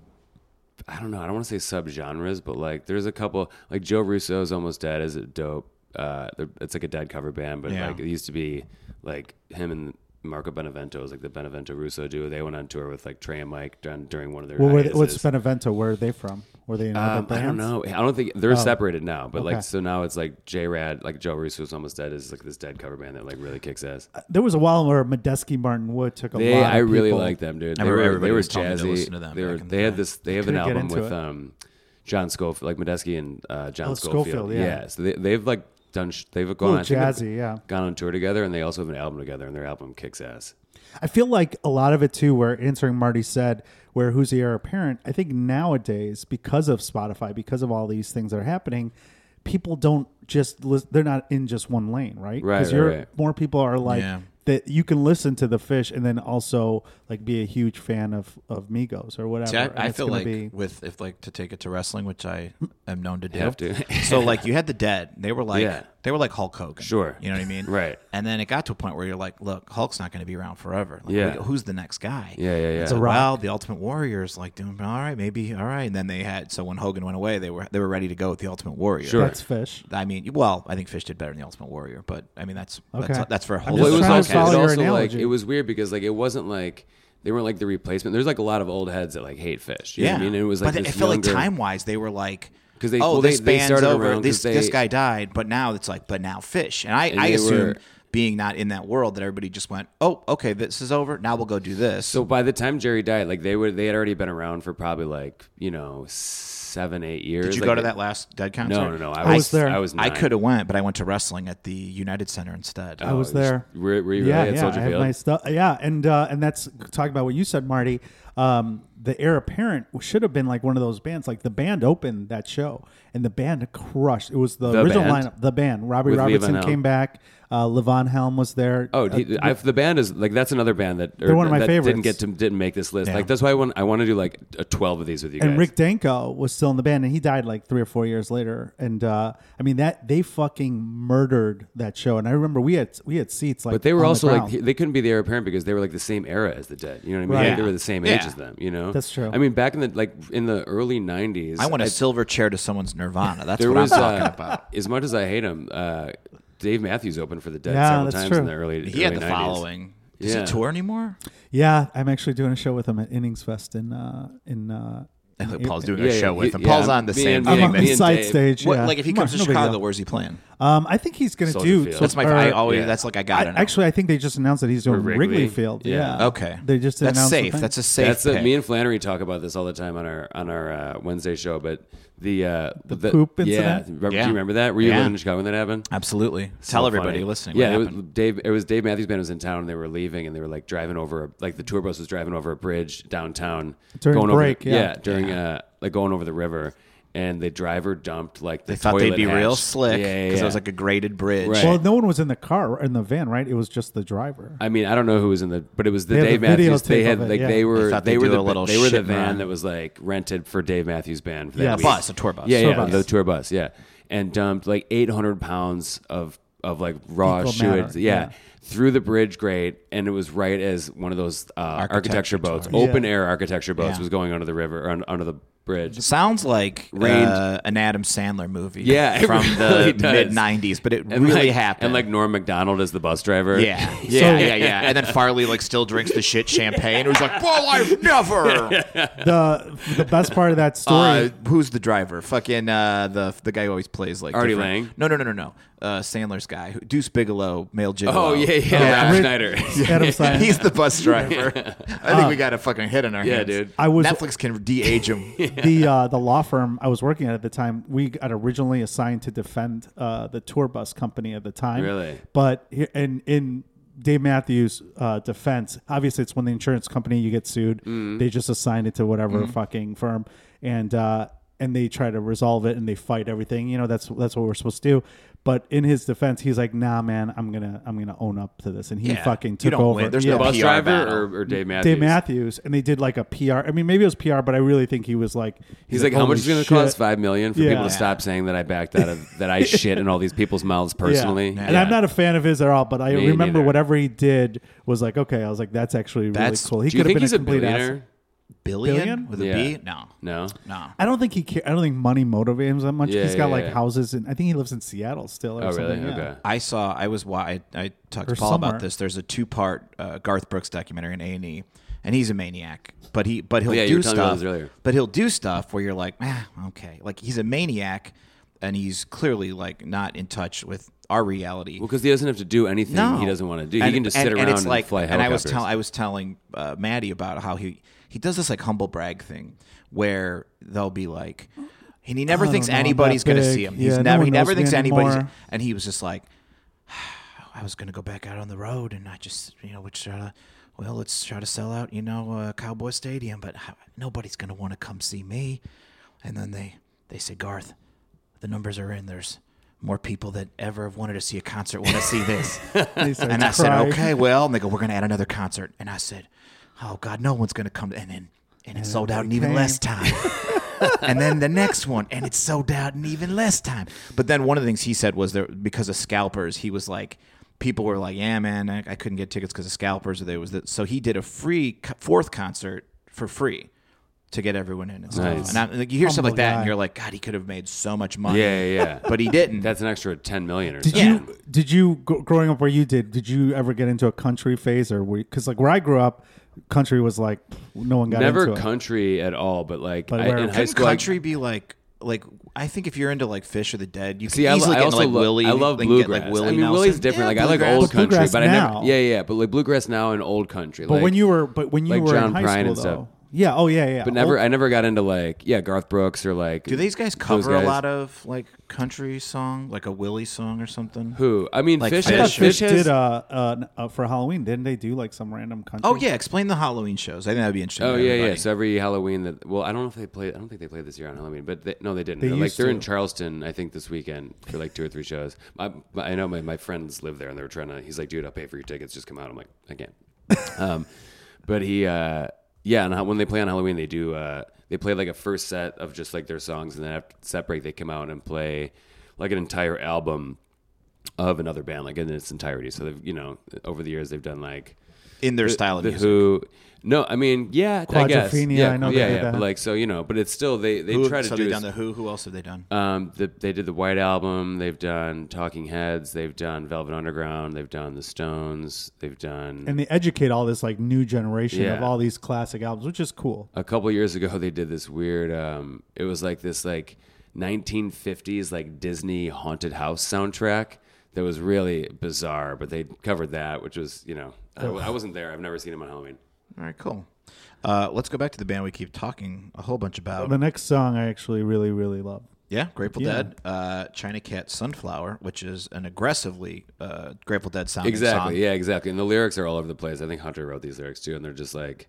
C: I don't know. I don't want to say sub genres, but like there's a couple. Like Joe Russo's Almost Dead is dope. Uh, they're- it's like a dead cover band, but
A: Yeah.
C: like it used to be like him and Marco Benevento is like the Benevento Russo duo. They went on tour with like Trey and Mike during, during one of their.
B: Well, where,
C: hiatuses.
B: what's Benevento? Where are they from? Were they in other
C: Um, I
B: bands? Oh,
C: don't know. I don't think they're separated now, but
B: Okay.
C: like so now it's like J Rad, like Joe Russo's Almost Dead is like this dead cover band that like really kicks ass.
B: There was a while where Medeski Martin Wood took a
C: They,
B: lot. Of
C: I really
B: people.
C: like them, dude.
A: I
C: They
A: remember
C: were, they
A: everybody
C: were
A: was telling me to
C: jazzy.
A: listen to them
C: they were,
A: back in the
C: they had
A: day.
C: this. They have an
B: Couldn't get
C: album
B: into
C: with
B: it.
C: um, John Schofield, like Medeski and uh, John
B: Oh,
C: Schofield.
B: Schofield, yeah.
C: So they, they've like done. Sh- they've
B: Ooh,
C: gone. I think they've
B: jazzy, yeah.
C: Gone on tour together, and they also have an album together, and their album kicks ass.
B: I feel like a lot of it too, where answering Marty said, where who's the heir apparent? I think nowadays, because of Spotify, because of all these things that are happening, people don't just lis- they're not in just one lane, right?
C: Right, right,
B: you're
C: right.
B: more people are like
A: Yeah.
B: that. You can listen to the fish and then also like be a huge fan of of Migos or whatever.
A: See, I,
B: and
A: I
B: it's
A: feel
B: gonna
A: like
B: be-
A: with if like to take it to wrestling, which I am known to do.
C: Have to.
A: so like you had the dead, they were like
C: Yeah.
A: they were like Hulk Hogan.
C: Sure.
A: you know what I mean,
C: Right.
A: And then it got to a point where you're like, look, Hulk's not going to be around forever. Like,
C: Yeah.
A: we- who's the next guy?
C: Yeah, yeah, yeah.
A: It's like,
B: Rock.
A: well, the Ultimate Warrior is like doing all right, maybe all right. And then they had so when Hogan went away, they were they were ready to go with the Ultimate Warrior.
C: Sure.
B: that's fish.
A: I mean, well, I think Fish did better than the Ultimate Warrior, but I mean that's
B: Okay.
A: that's, that's for a
B: I'm
A: whole.
B: just
C: Well, it was
B: trying
C: like,
B: to follow
C: it
B: your
C: also like
B: analogy.
C: it was weird because like it wasn't like they weren't like the replacement. There's like a lot of old heads that like hate fish. You know
A: yeah,
C: what I mean, it was like
A: but
C: this
A: it felt
C: younger-
A: like time wise, they were like.
C: 'Cause they-
A: oh,
C: well, they-
A: this
C: they
A: band's
C: started
A: over.
C: around
A: This
C: 'cause
A: this
C: they-
A: guy died, but now it's like, but now fish. And I,
C: And
A: I
C: they
A: assume
C: were-
A: being not in that world that everybody just went, oh, okay, this is over. Now we'll go do this.
C: So by the time Jerry died, like they were, they had already been around for probably like you know seven, eight years.
A: did you
C: Like,
A: go to that last Dead concert?
C: No, no, no. I was,
B: I was there.
C: I was.
A: I
C: nine.
A: could have went, but I went to wrestling at the United Center instead.
C: Oh,
B: I was there.
C: Were, were you
B: yeah,
C: really at
B: yeah, I
C: Soldier
B: have
C: Field?
B: my stuff. Yeah, and uh, and that's talking about what you said, Marty. Um, the heir apparent should have been like one of those bands. Like the band opened that show, and the band crushed. It was the,
C: The
B: original
C: band?
B: lineup. The band. Robbie
C: With Levon
B: Robertson
C: Helm.
B: came back. Uh, Levon Helm was there.
C: Oh,
B: Uh,
C: he, I, the band is like that's another band that or
B: They're one of my
C: that Didn't
B: favorites.
C: get to didn't make this list.
A: Yeah.
C: Like that's why I want I want to do like a twelve of these with you
B: and
C: guys.
B: Rick Danko was still in the band, and he died like three or four years later. And uh, I mean that they fucking murdered that show. And I remember we had we had seats like,
C: but they were
B: on the
C: also like
B: ground.
C: he- they couldn't be the heir apparent because they were like the same era as the Dead. You know what I mean?
B: Right.
C: Like, they were the same age
A: Yeah.
C: as them. You know,
B: That's true.
C: I mean, back in the like in the early nineties,
A: I went a silver chair to someone's Nirvana. That's
C: There
A: what
C: was
A: I'm talking
C: uh,
A: about.
C: as much as I hate him, uh, Dave Matthews opened for the Dead
B: Yeah,
C: several
B: that's
C: times
B: true.
C: in the early.
A: He had
C: early
A: the
C: 90s.
A: following. Does
C: Yeah.
A: he tour anymore?
B: yeah, I'm actually doing a show with him at Innings Fest in uh, in. Uh,
A: I think
B: in-
A: Paul's doing
C: Yeah,
A: a
C: yeah,
A: show
C: he-
A: with him.
C: yeah,
A: Paul's
C: I'm-
A: on the
C: me
A: side
C: and-
A: stage.
C: me
B: I'm
C: and
B: on the
C: Dave-
B: side stage.
A: What,
B: yeah.
A: like if he
B: Come on,
A: comes to
B: no big
A: Chicago,
B: deal.
A: where's he playing?
B: Um, I think he's going to
C: Soldier
B: do.
C: Field.
A: That's my.
B: or-
A: I always.
C: yeah.
A: That's like I
B: I-
A: got it.
B: actually, I think they just announced that he's doing Wrigley,
C: Wrigley?
B: Field.
C: Yeah.
B: Yeah.
A: Okay.
B: They just
A: that's
B: announced the
A: safe.
B: thing.
A: That's a safe.
C: That's a,
A: pick.
C: me and Flannery talk about this all the time on our on our uh, Wednesday show. But the uh, the,
B: poop
C: yeah,
B: incident?
C: remember,
A: Yeah.
C: do you remember that? Were you
A: Yeah.
C: living in Chicago when that happened?
A: Absolutely. Tell
C: So
A: everybody
C: funny.
A: listening.
C: Yeah,
A: Yeah.
C: it was Dave. It was Dave Matthews Band was in town, and they were leaving, and they were like driving over, like the tour bus was driving over a bridge downtown
B: During
C: going
B: break,
C: Over,
B: yeah.
C: during uh, like going over the river, and the driver dumped like the
A: they thought they'd
C: toilet
A: be real
C: hatch.
A: slick
C: Yeah,
A: because
C: yeah,
A: it was
C: yeah.
A: like a graded bridge.
C: Right.
B: Well, no one was in the car in the van, right? It was just the driver.
C: I mean, I don't know who was in the, but it was the
B: They have
C: Dave
B: a videotape
C: Matthews. They had
B: of it,
C: like
B: yeah.
C: they were
A: They
C: they,
A: thought they
C: were
A: do
C: the
A: a little
C: they were the
A: shit
C: van
A: run.
C: that was like rented for Dave Matthews Band for that
B: Yeah, a
C: week.
A: bus, a tour bus.
C: Yeah,
A: Tour
C: yeah,
B: bus.
C: the tour bus. Yeah, and dumped like 800 pounds of of like raw
B: Equal
C: sewage,
B: matter,
C: yeah,
B: yeah.
C: through the bridge grate, and it was right as one of those uh, architecture,
A: Architecture
C: boats,
A: tours.
C: open air architecture boats,
A: Yeah.
C: was going under the river, un, under the bridge.
A: Sounds like
C: Rained.
A: uh, an Adam Sandler movie.
C: Yeah, it
A: from
C: really
A: the
C: does.
A: mid '90s, but it
C: And,
A: really
C: like,
A: happened.
C: And like Norm Macdonald as the bus driver.
A: yeah, yeah, yeah, yeah. And then Farley like still drinks the shit champagne. Who's like, well, I've never.
B: the the best part of that
A: Uh,
B: story.
A: who's the driver? Fucking uh, the the guy who always plays like
C: Artie
A: different-
C: Lang?
A: No, no, no, no, no. Uh, Sandler's guy, who- Deuce Bigelow, male gigolo.
C: Oh yeah, yeah.
B: Yeah.
C: Rob
B: Rick-
C: Schneider.
B: Adam Sandler.
A: He's the bus driver. I think we got a fucking hit on our
C: Yeah,
A: hands.
C: dude.
B: Uh, I was-
A: Netflix can de-age him.
B: the uh, the law firm I was working at at the time, we got originally assigned to defend uh, the tour bus company at the time.
C: Really?
B: but he- in in Dave Matthews' uh, defense, obviously it's when the insurance company you get sued,
A: Mm-hmm.
B: they just assign it to whatever fucking firm, and uh, and they try to resolve it and they fight everything. You know that's that's what we're supposed to do. But in his defense, he's like, "Nah, man, I'm gonna I'm gonna own up to this," and he
A: Yeah.
B: fucking
A: You
B: took
A: don't
B: over.
A: win. There's no
C: bus
A: PR
C: driver
A: battle.
C: or, or Dave Matthews.
B: Dave Matthews, and they did like a PR. I mean, maybe it was PR, but I really think he was like,
C: He's like, how much is it going
B: going
C: to cost? Five million for
B: Yeah.
C: people to stop saying that I backed out of that I shit in all these people's mouths personally.
B: Yeah. And I'm not a fan of his at all, but I
C: Me
B: remember
C: neither.
B: whatever he did was like, okay, I was like, that's actually
A: That's-
B: really cool. He
C: Do you
B: could have
C: think
B: been
C: he's
B: a
C: a
B: complete ass.
C: billionaire?
A: Billion?
B: Billion?
A: with a B?
C: Yeah.
A: No,
C: No.
A: no.
B: I don't think he care. I don't think money motivates him that much.
C: Yeah,
B: he's got
C: yeah,
B: like
C: yeah.
B: houses, and I think he lives in Seattle still. Or
C: Oh really?
B: something. yeah.
C: Okay.
A: I saw. I was. wa- I, I talked
B: Or
A: to Paul
B: somewhere.
A: about this. There's a two part uh, Garth Brooks documentary in A and E, and he's a maniac. But he, but he'll
C: yeah, you
A: do
C: were telling me about
A: stuff.
C: this earlier.
A: But he'll do stuff where you're like, ah, okay, like he's a maniac, and he's clearly like not in touch with our reality.
C: Well, because he doesn't have to do anything
A: no,
C: he doesn't want to do.
A: And-
C: he can just
A: and-
C: sit around and,
A: it's like,
C: fly
A: and I was
C: helicopters.
A: telling, I was telling uh, Maddie about how he he does this like humble brag thing where they'll be like, and he never
B: I
A: thinks
B: don't know, I'm that
A: anybody's going to
B: big.
A: see him.
B: Yeah,
A: He's
B: no
A: never
B: one
A: he never
B: knows me
A: thinks anybody's.
B: anymore.
A: And he was just like, I was going to go back out on the road, and I just you know which. Try to, well, let's try to sell out, you know, uh, Cowboy Stadium, but h- nobody's going to want to come see me. And then they they say, Garth, the numbers are in. There's more people that ever have wanted to see a concert want to see this.
B: And, he starts
A: And I
B: crying.
A: said, okay, well, and they go, we're going to add another concert. And I said, oh God, no one's going to come. And then, and it sold out in even
B: came.
A: less time. and then the next one, and it sold out in even less time. But then one of the things he said was there because of scalpers, he was like, people were like, yeah, man, I, I couldn't get tickets because of scalpers. Or there was that. So he did a free co- fourth concert for free. To get everyone in, and, stuff.
C: Nice.
A: and I, like, you hear stuff
B: Humble
A: like that,
B: guy.
A: and you're like, God, he could have made so much money.
C: Yeah, yeah, yeah.
A: But he didn't.
C: That's an extra ten million or
B: Did
C: something.
B: you did you gr- growing up where you did? Did you ever get into a country phase or because like where I grew up, country was like no one got
C: Never
B: into it.
C: country at all, but like
B: But
C: I,
B: where-
C: in high
A: Couldn't
C: school, I-
A: country be like like I think if you're into like Fish or the Dead, you can
C: See, I, lo-
A: easily
C: I
A: get into
C: also
A: like
C: love,
A: Willie.
C: I love
A: then get,
C: bluegrass.
A: like Willie
C: I mean,
A: Nelson.
C: Willie's different.
A: Yeah,
C: like I like
A: bluegrass.
C: old
B: But
C: country,
B: bluegrass
C: but I never.
B: now.
C: Yeah, yeah. But like bluegrass now and old country.
B: But
C: like,
B: when you were but when you
C: like
B: were
C: John
B: in high
C: Prine
B: school
C: and
B: though,
C: stuff.
B: yeah, oh yeah, yeah.
C: but never,
B: Old-
C: I never got into like yeah, Garth Brooks or like.
A: Do these guys
C: those
A: cover
C: guys.
A: a lot of like country song, like a Willie song or something?
C: Who? I mean,
A: Like
C: Fish.
A: Fish.
B: I thought
C: Has,
B: Fish
C: Fish has.
B: did uh, uh, uh for Halloween, didn't they do like some random country?
A: Oh yeah, explain the Halloween shows. I think that'd be interesting.
C: Oh
A: to
C: yeah, yeah.
A: everybody.
C: So every Halloween that well, I don't know if they play. I don't think they played this year on Halloween, but they, no, they didn't.
B: They
C: They're, like
B: used
C: they're in
B: to.
C: Charleston, I think this weekend for like two or three shows. I, I know my, my friends live there, and they were trying to. He's like, dude, I'll pay for your tickets. Just come out. I'm like, I can't. um, but he, uh, yeah, and when they play on Halloween, they do. Uh, they play like a first set of just like their songs, and then after set break, they come out and play like an entire album of another band, like in its entirety. So they've, you know, over the years, they've done like
A: in their style of
C: the
A: music.
C: Who. No, I mean, yeah, I guess.
B: Quadrophenia,
C: Yeah,
B: I know they
C: yeah,
B: did
C: yeah. But
B: that.
C: like, so you know, but it's still they they
A: Who-
C: try to
A: so
C: do.
A: they've
C: is-
A: done the Who. Who else have they done?
C: um, the, they did the White Album. They've done Talking Heads. They've done Velvet Underground. They've done the Stones. They've done.
B: and they educate all this like new generation of
C: Yeah.
B: all these classic albums, which is cool.
C: a couple years ago, they did this weird. Um, it was like this like 1950s like Disney haunted house soundtrack that was really bizarre. But they covered that, which was you know, I, I wasn't there. I've never seen him on Halloween.
A: All right, cool. Uh, let's go back to the band we keep talking a whole bunch about.
B: The next song I actually really really love.
A: Yeah, Grateful
B: Yeah.
A: Dead, uh, China Cat Sunflower, which is an aggressively uh, Grateful Dead sounding song.
C: Exactly. Yeah, exactly. And the lyrics are all over the place. I think Hunter wrote these lyrics too, and they're just like,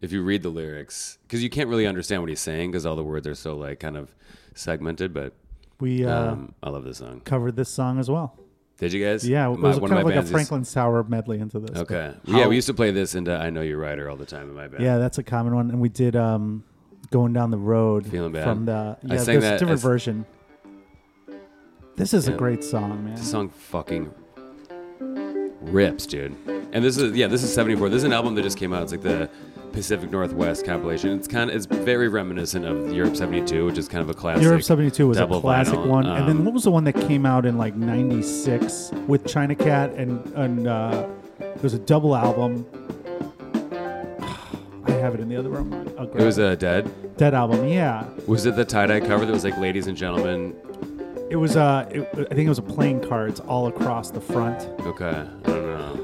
C: if you read the lyrics, because you can't really understand what he's saying because all the words are so like kind of segmented. But
B: We uh,
C: um, I love this song.
B: covered this song as well.
C: Did you guys?
B: Yeah, it
C: My-
B: was
C: one
B: kind of,
C: of my
B: like a
C: bands. used-
B: Franklin Tower medley into this. but-
C: okay. yeah, we used to play this into "I Know You Rider" all the time in my band.
B: Yeah, that's a common one, and we did um, going down the road
C: Feeling bad.
B: from the
C: I
B: yeah,
C: sang
B: there's a
C: that
B: different
C: as-
B: version. This is a
C: Yeah.
B: great song, man.
C: This song fucking rips, dude. And this is yeah, this is 74. This is an album that just came out. It's like the Pacific Northwest compilation. It's kind of it's very reminiscent of Europe 72, which is kind of a classic.
B: Europe 72 was a
C: double
B: classic
C: vinyl.
B: one. and then
C: Um,
B: what was the one that came out in like 96 with China Cat and, and uh, it was a double album. I have it in the other room. I'll grab
C: it was a dead.
B: Dead album, yeah.
C: Was it the tie dye cover that was like, ladies and gentlemen?
B: It was, uh, it, I think it was a playing cards all across the front.
C: Okay, I don't know.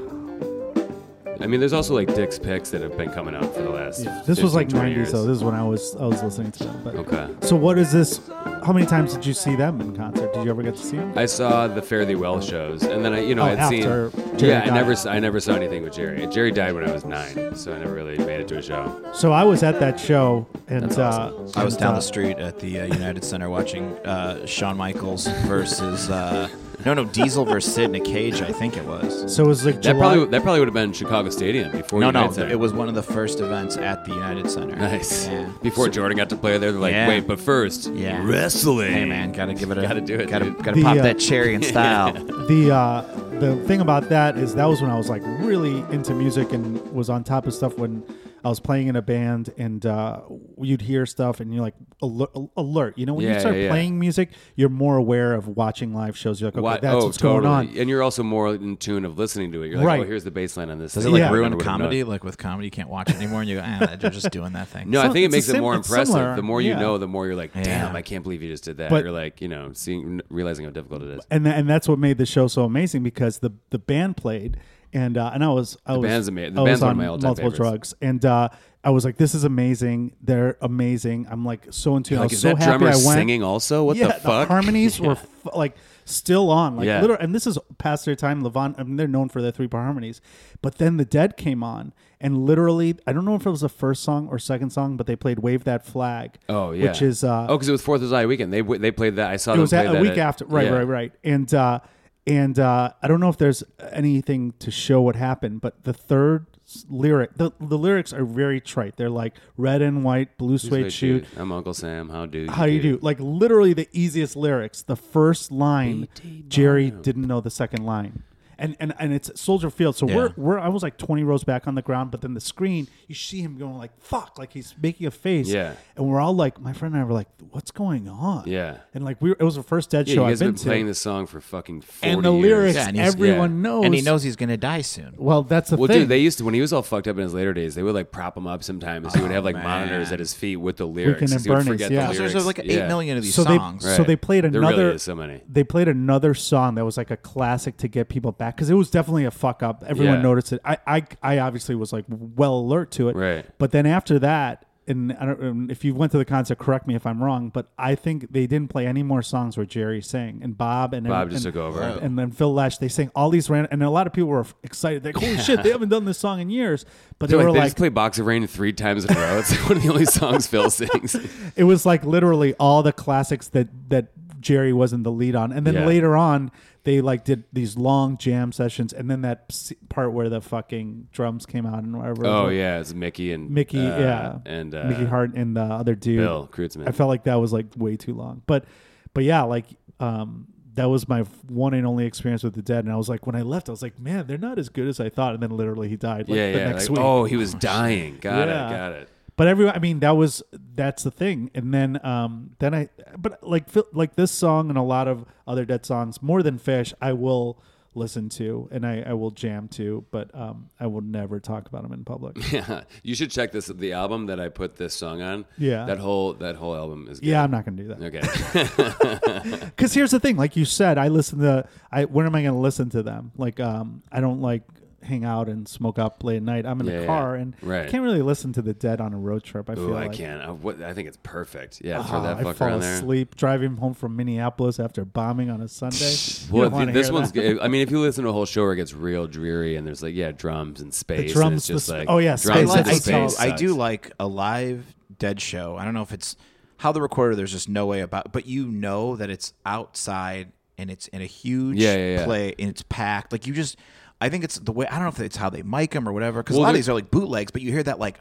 C: I mean, there's also like Dick's picks that have been coming out for the last.
B: This
C: 15,
B: was like
C: 20
B: 90s
C: years.
B: though. This is when I was I was listening to them. But
C: Okay.
B: So what is this? How many times did you see them in concert? Did you ever get to see them?
C: I saw the Fare Thee Well shows, and then I, you know,
B: Oh,
C: I'd seen.
B: after Jerry
C: yeah,
B: died.
C: I never, s- I never saw anything with Jerry. Jerry died when I was nine, so I never really made it to a show.
B: So I was at that show, and uh,
A: I was
B: and,
A: down
B: uh,
A: the street at the uh, United Center watching uh, Shawn Michaels versus uh, no, no Diesel versus Sid in a cage. I think it was.
B: So it was like
C: That
B: July.
C: probably, that probably would have been Chicago Stadium before.
A: No, no,
C: United Center.
A: it was one of the first events at the United Center.
C: nice.
A: Yeah.
C: Before Jordan got to play there, they're like,
A: Yeah.
C: wait, but first,
A: Yeah.
C: wrestling.
A: Hey man, gotta give it a
C: Gotta do it,
A: Gotta,
C: dude.
A: gotta
B: The,
A: pop
B: uh,
A: that cherry in style.
B: the uh, the thing about that is that was when I was like really into music and was on top of stuff when I was playing in a band and uh, you'd hear stuff and you're like alert, alert. You know, when you
C: Yeah,
B: start
C: yeah, yeah.
B: playing music, you're more aware of watching live shows. You're like, okay,
C: What?
B: that's
C: oh,
B: what's
C: totally.
B: going on.
C: And you're also more in tune of listening to it. You're like,
B: Right.
C: oh, here's the bass line on this.
A: Does it like
B: Yeah.
A: ruin
C: I would've
A: comedy?
C: known.
A: Like with comedy, you can't watch it anymore, and you go, ah, they're just doing that thing.
C: No, I
B: Some-
C: think it
B: it's a
C: makes it
B: sim-
C: more
B: it's
C: impressive.
B: similar,
C: The more
B: yeah.
C: you know, the more you're like, damn,
A: Yeah.
C: I can't believe you just did that.
B: But-
C: you're like, you know, seeing, realizing how difficult it is.
B: and tha- and that's what made the show so amazing because the the band played and uh, and I was I was
C: band's ama- the
B: I was
C: band's one of
B: on
C: my all-time
B: multiple
C: favorites.
B: drugs and uh, I was like this is amazing they're amazing I'm like so in tune I
C: Like,
B: was
C: is
B: so
C: that
B: happy
C: drummer
B: I went
C: singing also? What
B: yeah
C: the fuck?
B: harmonies were f- like still on like
C: Yeah.
B: literally and this is past their time Levon I mean they're known for their three part harmonies but then the Dead came on and literally I don't know if it was the first song or second song but they played Wave That Flag
C: Oh yeah,
B: which is uh,
C: oh because it was Fourth of July weekend. They they played that. I saw
B: it
C: them
B: was
C: play
B: at,
C: that
B: a week
C: at-
B: after right
C: yeah.
B: right right and uh and uh i don't know if there's anything to show what happened but the third s- lyric the, the lyrics are very trite they're like red and white blue
C: Wait,
B: suede shoot
C: shoot. I'm Uncle Sam. How do you?
B: how you do like literally the easiest lyrics the first line jerry didn't know the second line and, and, and it's Soldier Field, so we're, we're I was like twenty rows back on the ground, but then the screen you see him going like fuck, like he's making a face,
C: Yeah.
B: And we're all like, my friend and I were like, what's going on?
C: Yeah.
B: And like we were, it was the first Dead
C: Yeah,
B: show
C: you
B: I've
C: guys
B: been
C: have been playing
B: to.
C: this song for fucking 40
B: And the
C: years.
B: lyrics,
A: Yeah, and he's-
B: everyone
C: yeah.
B: knows.
A: and he knows he's gonna die soon.
B: Well, that's the
C: Well,
B: thing.
C: dude, they used to when he was all fucked up in his later days. They would like prop him up sometimes. He would
B: Oh,
C: have like monitors at his feet with the lyrics.
B: and
C: 'cause he would
B: Bernie's,
C: forget
B: yeah.
C: the
A: Because
C: lyrics.
A: there's uh, like eight million
C: Yeah.
A: of these
B: so they
A: songs.
B: so they played
C: There really
B: another.
C: is so many.
B: They played another song that was like a classic to get people back because it was definitely a fuck up. Everyone
C: Yeah.
B: noticed it. I, I I obviously was like well alert to it.
C: Right.
B: But then after that, and I don't and if you went to the concert, correct me if I'm wrong, but I think they didn't play any more songs where Jerry sang and Bob and
C: Bob just
B: and-
C: took over.
B: and- and then Phil Lesh. They sang all these random, and a lot of people were excited. Like, holy shit, they haven't done this song in years. But
C: So,
B: they
C: like,
B: were
C: they
B: like,
C: just play "Box of Rain" three times in a row. It's like one of the only songs Phil sings.
B: it was like literally all the classics that that Jerry wasn't the lead on, and then
C: Yeah.
B: later on they like did these long jam sessions, and then that s- part where the fucking drums came out and whatever.
C: Oh yeah, it's Mickey and
B: Mickey,
C: uh,
B: yeah,
C: and uh,
B: Mickey Hart and the other dude,
C: Bill Kreutzmann.
B: I felt like that was like way too long, but but yeah, like um. That was my one and only experience with the dead, and I was like, when I left, I was like, man, they're not as good as I thought. And then literally, he died. Like,
C: yeah,
B: the
C: yeah.
B: Next
C: like,
B: week.
C: Oh, he was dying. Got
B: Yeah.
C: it. Got it.
B: But everyone, I mean, that was that's the thing. And then, um, then I, but like, feel- like this song and a lot of other Dead songs, more than Fish, I will listen to and I, I will jam to, but um, I will never talk about them in public.
C: Yeah, you should check this. The album that I put this song on.
B: Yeah.
C: that whole that whole album is. Good.
B: yeah, I'm not gonna do that.
C: Okay.
B: Because here's the thing, like you said, I listen to. I when am I gonna listen to them? Like, um, I don't like hang out and smoke up late at night. I'm in
C: Yeah,
B: the
C: yeah.
B: car and
C: Right.
B: can't really listen to the Dead on a road trip. I feel
C: Ooh, I
B: like
C: can't. I, what, I think it's perfect. Yeah,
B: Ah,
C: throw that
B: I
C: fucker
B: fall
C: on there.
B: asleep driving home from Minneapolis after bombing on a Sunday. You
C: Well,
B: don't wanna
C: th- this
B: hear
C: one's.
B: that.
C: Good. I mean, if you listen to a whole show where it gets real dreary and there's like yeah drums and space, and
B: drums,
C: it's
B: the
C: just
B: sp-
C: like
B: oh, yeah,
C: drums
B: space
A: I,
B: Right,
C: and
A: like,
B: so the
A: I, do,
C: space
A: I do
C: sucks.
A: like a live dead show. I don't know if it's how the recorder. There's just no way about, but you know that it's outside and it's in a huge
C: Yeah, yeah, yeah.
A: play and it's packed. Like you just, I think it's the way. I don't know if it's how they mic them or whatever. Because
C: Well,
A: a lot of
C: there-
A: these are like bootlegs, but you hear that like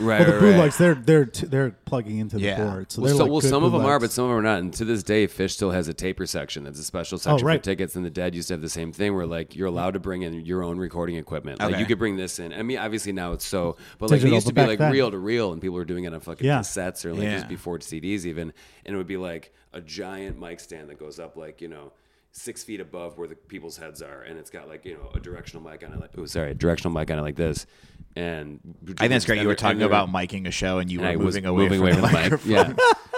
C: Right,
B: Well, the
C: right, right.
B: bootlegs they're they're t- they're plugging into the
A: Yeah.
B: board. So
C: Well,
B: they're
C: so-
B: like
C: well,
B: good
C: some of them are, but
B: bootlegs.
C: some of them are not. And to this day, Fish still has a taper section. That's a
A: Oh,
C: special section
B: right.
C: for tickets. And the Dead used to have the same thing, where like you're allowed to bring in your own recording equipment. Like
A: Okay.
C: you could bring this in. I mean, obviously now it's so, but like
B: Digital,
C: it used to
B: but
C: be
B: back
C: like
B: then-
C: reel to reel, and people were doing it on fucking
B: Yeah.
C: cassettes or like
A: Yeah.
C: just before CDs even. And it would be like a giant mic stand that goes up like you know. Six feet above where the people's heads are, and it's got like you know a directional mic on it. Like, oh, sorry, a directional mic on it like this, and
A: I think that's great. You were talking
C: and they're-
A: about miking a show, and you
C: and
A: were
C: I was
A: moving away
C: moving
A: from
C: away
A: the
C: from the mic.
A: microphone.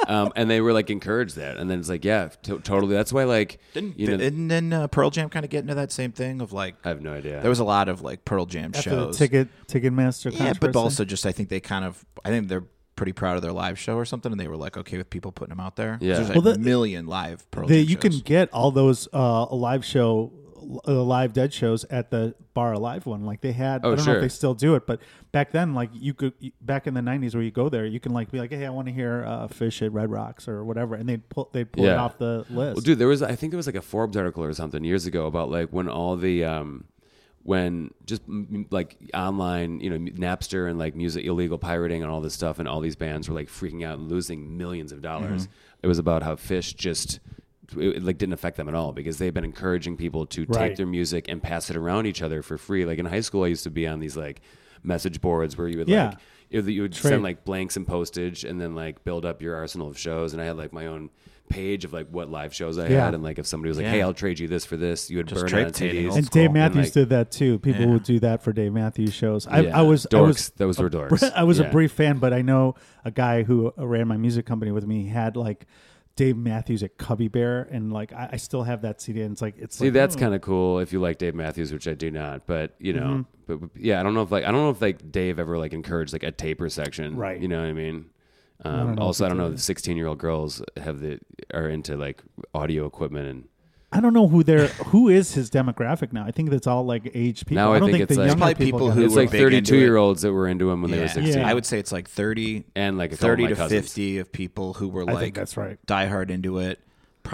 C: Yeah. um, and they were like encouraged that, and then it's like, yeah, to- totally. That's why, like,
A: Didn't,
C: you know, Uh,
A: didn't then uh, Pearl Jam kind of get into that same thing of like
C: I have no idea.
A: there was a lot of like Pearl Jam
B: After
A: shows.
B: the ticket Ticketmaster.
A: yeah, but
B: controversy.
A: also just I think they kind of I think they're pretty proud of their live show or something, and they were like okay with people putting them out there. 'Cause
C: Yeah.
A: there's
B: Well,
A: like
B: the-
A: a million live Pearl
B: They-
A: Jam
B: you can
A: shows.
B: get all those uh, live show, uh, live dead shows at the Bar Alive one. Like they had,
C: Oh,
B: I don't know
C: sure.
B: if they still do it, but back then, like you could back in the '90s, where you go there, you can like be like, hey, I want to hear uh, Fish at Red Rocks or whatever, and they would pull they would pull it
C: Yeah.
B: off the list.
C: Well, dude, there was I think there was like a Forbes article or something years ago about like when all the um when just m- m- like online, you know, Napster and like music illegal pirating and all this stuff and all these bands were like freaking out and losing millions of dollars.
B: Mm-hmm.
C: It was about how Fish just it, it, like didn't affect them at all because they've been encouraging people to
B: Right.
C: take their music and pass it around each other for free. Like in high school I used to be on these like message boards where you would
B: Yeah.
C: like it, you would
B: Trade.
C: send like blanks and postage and then like build up your arsenal of shows and i had like my own page of like what live shows i
B: Yeah.
C: had and like if somebody was like
A: Yeah.
C: hey i'll trade you this for this you would
A: Just
C: burn it
A: trade
C: on
A: tape.
C: cds
A: old
B: and Dave
A: school.
B: Matthews
C: like-
B: did that too. People
A: Yeah.
B: would do that for Dave Matthews shows. I,
C: Yeah.
B: I was
C: dorks
B: I was
C: those were dorks
B: I was
C: Yeah.
B: a brief fan, but I know a guy who ran my music company with me had like Dave Matthews at Cubby Bear, and like I, I still have that CD, and it's like it's
C: see
B: like,
C: that's
B: oh.
C: kind of cool if you like dave matthews which i do not but you know
B: Mm-hmm.
C: but yeah i don't know if like i don't know if like dave ever like encouraged like a taper section
B: Right.
C: you know what i mean
B: don't
C: um,
B: know
C: also
B: if
C: i don't
B: he
C: know
B: did.
C: if 16 year old girls have the are into like audio equipment and
B: I don't know who they're who is his demographic now. I think that's all like aged people.
C: Now
B: I
C: I
B: don't
C: think
B: think,
C: it's
B: the
C: like-
B: younger
A: Probably
B: people.
A: people
B: got
A: who
B: it.
C: it's like
A: big into
C: 32 year olds that were into him when they
A: Yeah.
C: were 16
B: Yeah.
A: I would say it's like thirty
C: and like a couple of
A: 30
C: my
A: to
C: cousins.
A: 50 of people who were
B: I
A: like
B: think that's right.
A: diehard into it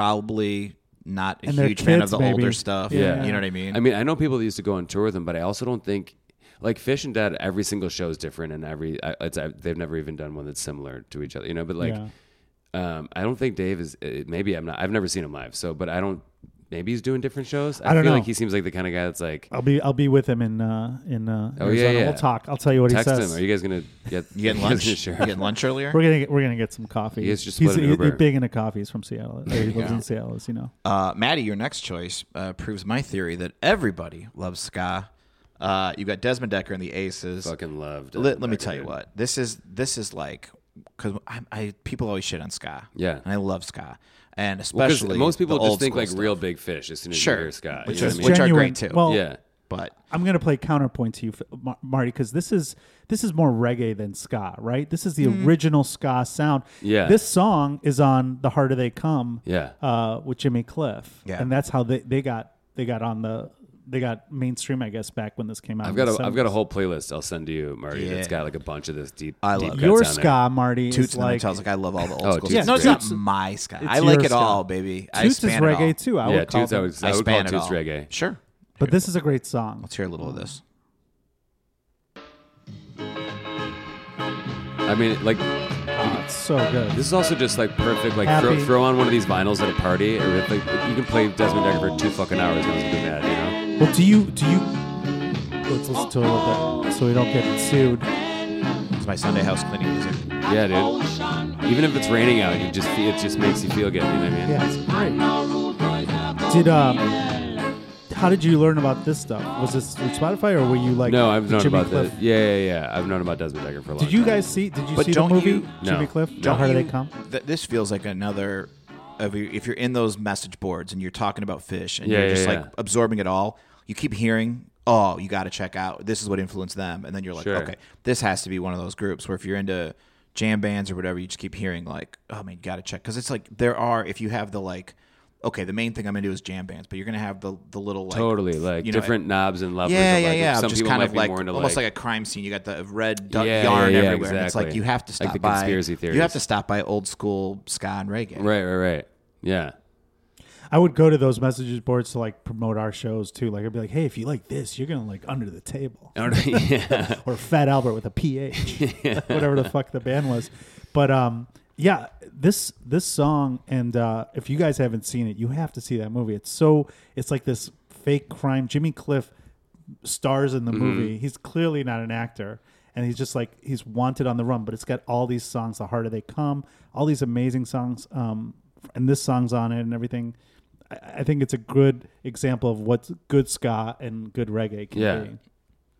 A: probably not a
B: And they're
A: huge fan of
B: kids,
A: the
B: maybe.
A: older stuff
B: Yeah.
A: you know what i mean
C: I mean, I know people that used to go on tour with them, but I also don't think like Fish and Dead. Every single show is different, and every I- it's, I, they've never even done one that's similar to each other. You know, but like
B: Yeah.
C: um, I don't think Dave is. uh, Maybe I'm not. I've never seen him live, so but I don't. Maybe he's doing different shows. I,
B: I don't
C: feel
B: know.
C: like he seems like the kind of guy that's like,
B: I'll be I'll be with him in uh in uh
C: Oh, yeah,
B: Arizona.
C: yeah.
B: We'll talk. I'll tell you what
C: text
B: he says.
C: him. Are you guys gonna get
A: you getting
C: you guys
A: lunch
C: gonna
A: you
C: share?"
A: getting lunch earlier
B: we're gonna get, we're gonna get some coffee.
C: He has just
B: he's,
C: split an
B: he-
C: Uber.
B: he's big into coffee. He's from Seattle. He lives
A: go.
B: in Seattle, as you know.
A: Uh, Maddie, your next choice uh, proves my theory that everybody loves ska. Uh, you got Desmond Decker and the Aces.
C: Fucking loved.
A: Let, let me tell you what this is. This is like because I, I people always shit on ska.
C: Yeah.
A: and I love ska, and
C: Because
A: especially
C: most people
A: the
C: just
A: old
C: think
A: school
C: like
A: stuff.
C: real big fish as soon as
A: Sure.
C: you hear Scott.
A: Which
C: you know
A: is-
C: what I mean?
A: which are
B: Genuine-
A: great, too.
B: Well,
C: yeah.
A: But
B: I'm gonna play counterpoint to you, F- Mar- Marty, because this is this is more reggae than ska, right? This is the original ska sound.
C: Mm-hmm. Yeah.
B: This song is on "The Harder They Come."
C: Yeah.
B: Uh, with Jimmy Cliff.
A: Yeah.
B: And that's how they, they got they got on the they got mainstream, I guess, back when this came out.
C: I've
B: in
C: got
B: the
C: a I've got a
B: 70s.
C: whole playlist I'll send to you, Marty.
A: Yeah.
C: That's got like a bunch of this deep.
A: I
C: deep
A: love
C: cuts
A: it.
B: your
C: on there.
B: ska, Marty.
A: Toots
B: is
A: and the
B: like
A: Mutels, like I love all the old
C: Oh,
A: school.
C: Toots
A: stuff. it's
B: is
A: not
B: great.
A: my ska.
B: It's
A: I like
B: your
A: it
B: ska.
A: all, baby. I
B: Toots is
A: span it all.
B: reggae too. I
C: yeah,
B: would call
C: Toots, I
B: them.
C: would, I
A: I
C: would call
A: span it
C: Oh, Toots
A: all.
C: reggae.
A: Sure.
B: But this is a great song.
A: Let's hear a little of this.
C: I mean, like
B: Ah, it's so good.
C: this is also just like perfect. Like
B: Happy.
C: throw, throw on one of these vinyls at a party, or if, like you can play Desmond Decker for two fucking hours. It doesn't do bad, you know.
B: Well, do you do you? Let's listen to it a little bit so we don't get sued.
A: It's my Sunday house cleaning music.
C: Yeah, dude. Even if it's raining out, it just it just makes you feel good. You know what I mean?
B: Yeah, it's great. Did um, how did you learn about this stuff? Was this through Spotify or were you like?
C: no, I've
B: the
C: known
B: Jimmy
C: about
B: Cliff?
C: that. Yeah, yeah, yeah. I've known about Desmond Decker for a long
B: Did you
C: time.
B: guys see? Did you
A: But
B: see the
A: don't
B: movie
A: you-
C: No.
B: Jimmy Cliff?
C: No.
B: How do they
A: you-
B: come?
A: Th- this feels like another. of you- If you're in those message boards and you're talking about fish and
C: Yeah,
A: you're
C: yeah,
A: just like
C: yeah.
A: absorbing it all, you keep hearing, "Oh, you got to check out. This is what influenced them," and then you're like,
C: Sure.
A: "Okay, this has to be one of those groups." Where if you're into jam bands or whatever, you just keep hearing like, "Oh man, you got to check," because it's like there are if you have the like, okay, the main thing I'm into is jam bands, but you're gonna have the the little like,
C: Totally, like
A: you know,
C: different knobs and levels.
A: yeah,
C: of,
A: yeah,
C: like,
A: yeah.
C: Some
A: Just
C: people
A: kind
C: might
A: of
C: be
A: like
C: more into
A: almost
C: like
A: like, a crime scene. You got the red duck
C: Yeah,
A: yarn
C: yeah, yeah,
A: everywhere. and It's like
C: exactly.
A: you have to
C: Like
A: stop
C: the
A: by.
C: conspiracy
A: You
C: theories.
A: have to stop by old school ska and reggae.
C: Right, right, right. Yeah.
B: I would go to those messages boards to like promote our shows too. Like I'd be like, hey, if you like this, you're gonna like Under the Table
C: yeah.
B: or Fat Albert with a PH, whatever the fuck the band was. But um, yeah, this this song, and uh, if you guys haven't seen it, you have to see that movie. It's so it's like this fake crime. Jimmy Cliff stars in the movie. He's clearly not an actor, and he's just like he's wanted on the run. But it's got all these songs. The harder they come, all these amazing songs. Um, and this song's on it, and everything. I, I think it's a good example of what good ska and good reggae can
C: Yeah.
B: be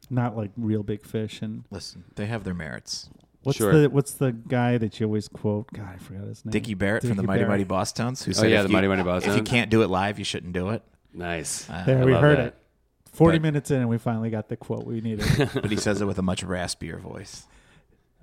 B: not like real big fish and
A: Listen, they have their merits.
B: what's
C: Sure.
B: the what's the guy that you always quote god i forgot his name
A: Dickie Barrett from the
B: Dickie
A: Mighty
B: Barrett.
A: Mighty Boss Tones, who
C: Oh,
A: said,
C: yeah,
A: if
C: the
A: you-
C: Mighty Mighty Boss
A: If you
C: Tones.
A: can't do it live, you shouldn't do it."
C: Nice.
B: there
C: I
B: we
C: love
B: heard
C: that.
B: it 40
C: But-
B: minutes in and we finally got the quote we needed
A: But he says it with a much raspier voice.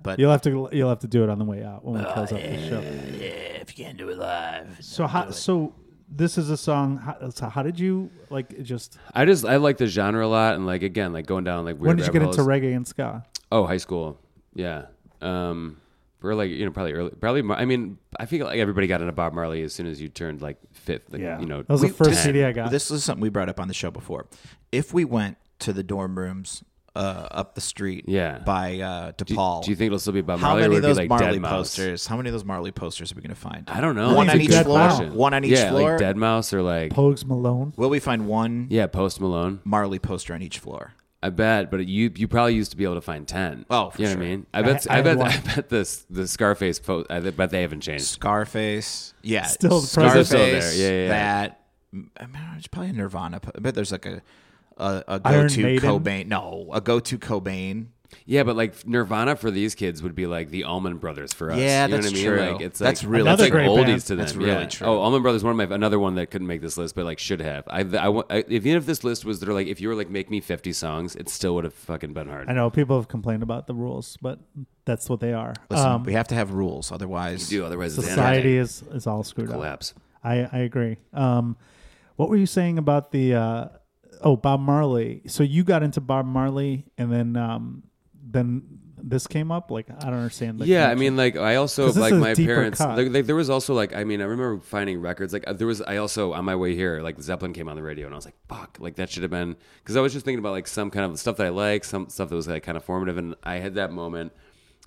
A: But
B: you'll have to you'll have to do it on the way out when we close up the show
A: Oh, if you can't do it live,
B: so how so this is a song how, so how did you like just
C: I just I like the genre a lot, and like again, like going down like weird.
B: when did you get
C: rabbit
B: into
C: holes.
B: reggae and ska
C: Oh, high school. Yeah. Um, we're like you know probably early. Probably Mar- I mean I feel like everybody got into Bob Marley as soon as you turned like fifth. Like, You know.
B: that was the
A: we-
B: first
A: this-
B: cd i got
A: This is something we brought up on the show before. If we went to the dorm rooms uh, up the street,
C: Yeah.
A: by uh,
C: do,
A: DePaul,
C: do you think it'll still be Bob
A: how
C: Marley or
A: many of
C: would it
A: those
C: be like
A: Marley
C: Deadmau5?
A: posters? How many of those Marley posters are we going to find?
C: I don't know.
A: One
C: That's
A: on
C: a
A: each
C: good
A: floor.
C: question.
A: One on each
C: yeah,
A: floor.
C: Like Dead Mouse or like
B: pogues malone
A: Will we find one
C: yeah Post Malone.
A: Marley poster on each floor?
C: I bet, but you you probably used to be able to find ten.
A: Oh, for
C: you know
A: sure.
C: what I mean. I bet
B: I
C: I,
B: had
C: bet
B: one.
C: I bet this the Scarface post. I bet they haven't changed.
A: Scarface, yeah,
B: Still the
A: Scarface.
B: present.
C: Still there. Yeah, yeah, yeah.
A: That I mean, it's probably a Nirvana. po- I bet there's like a a, a
B: Iron
A: go-to
B: Maiden?
A: Cobain. No, a go-to Cobain.
C: Yeah, but like Nirvana for these kids would be like the Allman Brothers for us.
A: Yeah,
C: you know
A: that's
C: what I mean?
A: true.
C: Like it's like
A: That's really
C: that's like
B: true. Another
C: oldies
B: great band.
C: to them.
A: That's really
C: yeah.
A: true.
C: Oh, Allman Brothers, one of my another one that couldn't make this list, but like should have. I, I, wa- I if- even if this list was there, like if you were like make me fifty songs, it still would have fucking been hard.
B: i know people have complained about the rules but that's what they are
A: Listen,
B: um,
A: we have to have rules, otherwise,
C: Do otherwise it's anarchy.
B: society is is all screwed up
C: collapse.
B: I, I agree. Um, what were you saying about the uh, oh Bob Marley? So you got into Bob Marley, and then um, then this came up. Like I don't understand. The
C: yeah, I
B: connection.
C: mean, like I also
B: 'Cause this
C: like
B: is a
C: my
B: deeper
C: parents.
B: cut.
C: Like, like, there was also like I mean, I remember finding records. Like uh, there was I also on my way here, like Zeppelin came on the radio, and I was like, fuck, like that should have been because I was just thinking about like some kind of stuff that I like, some stuff that was like kind of formative, and I had that moment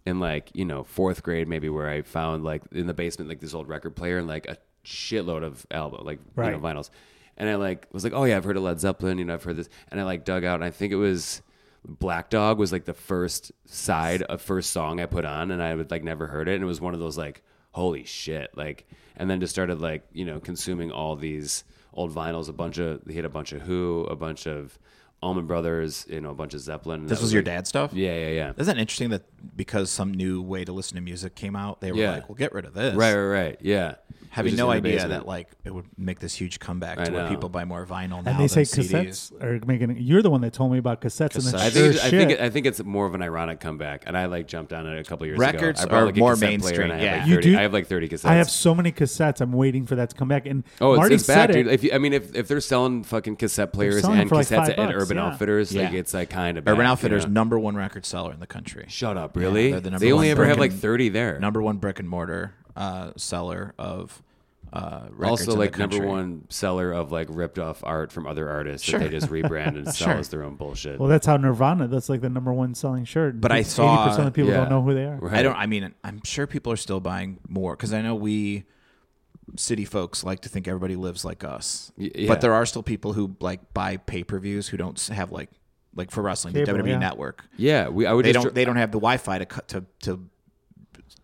C: in like you know fourth grade maybe where I found like in the basement like this old record player and like a shitload of album like you know
B: Right.
C: vinyls, and I like was like, oh yeah, I've heard of Led Zeppelin, you know, I've heard this, and I like dug out, and I think it was. Black Dog was like the first side of first song I put on, and I would like never heard it, and it was one of those like holy shit, like, and then just started like you know consuming all these old vinyls, a bunch of he had a bunch of Who, a bunch of Allman Brothers, you know, a bunch of Zeppelin. and
A: This
C: that
A: was your
C: like-
A: dad stuff?
C: Yeah, yeah, yeah.
A: Isn't that interesting that because some new way to listen to music came out, they were
C: Yeah.
A: like, "Well, get rid of this."
C: Right, right, right. Yeah.
A: Having
C: It was just
A: no
C: in the
A: idea
C: basement.
A: that like it would make this huge comeback
C: I
A: to where
C: know.
A: people buy more vinyl now
B: and they say
A: than
B: cassettes
A: CDs.
B: are making. You're the one that told me about cassettes, and
A: Cassettes.
B: that's
C: I
B: sure
C: think, it- I,
B: Oh, shit.
C: think it, I think it's more of an ironic comeback, and I like jumped on it a couple years
A: Records
C: ago. I bought,
A: are
C: like, a
A: more
C: cassette player, and I
A: mainstream,
C: have, like,
B: yeah. You
C: 30
B: do-
C: I have like thirty cassettes.
B: I have so many cassettes. I'm waiting for that to come back. And
C: Oh, it's,
B: Marty
C: it's back,
B: said it.
C: dude. If you, I mean, if, if they're selling fucking cassette players
B: selling
C: and
B: for, like,
C: cassettes
B: five
C: at
B: bucks,
C: Urban
B: yeah.
C: Outfitters, like
A: Yeah.
C: it's like kind of
A: Urban
C: back, you
A: Outfitters,
C: know?
A: number one record seller in the country.
C: Shut up, really?
A: they're the number
C: they only
A: one
C: ever have
A: brick
C: like
A: and-
C: thirty there.
A: Number one brick and mortar uh, seller of uh, records.
C: also,
A: in the
C: like number
A: country.
C: one seller of like ripped off art from other artists that they just rebrand and sell as their own bullshit.
B: well, that's how Nirvana. That's like the number one selling shirt.
A: But I saw-
B: percent of people
C: yeah.
B: don't know who they are.
C: Right.
A: I don't. I mean, I'm sure people are still buying more because I know we city folks like to think everybody lives like us.
C: Y- yeah.
A: But there are still people who like buy pay per views who don't s- have like like for wrestling
B: Cable,
A: the WWE
B: yeah.
A: network.
C: yeah, we. I would
A: They
C: just
A: don't. They don't have the Wi-Fi to cut to to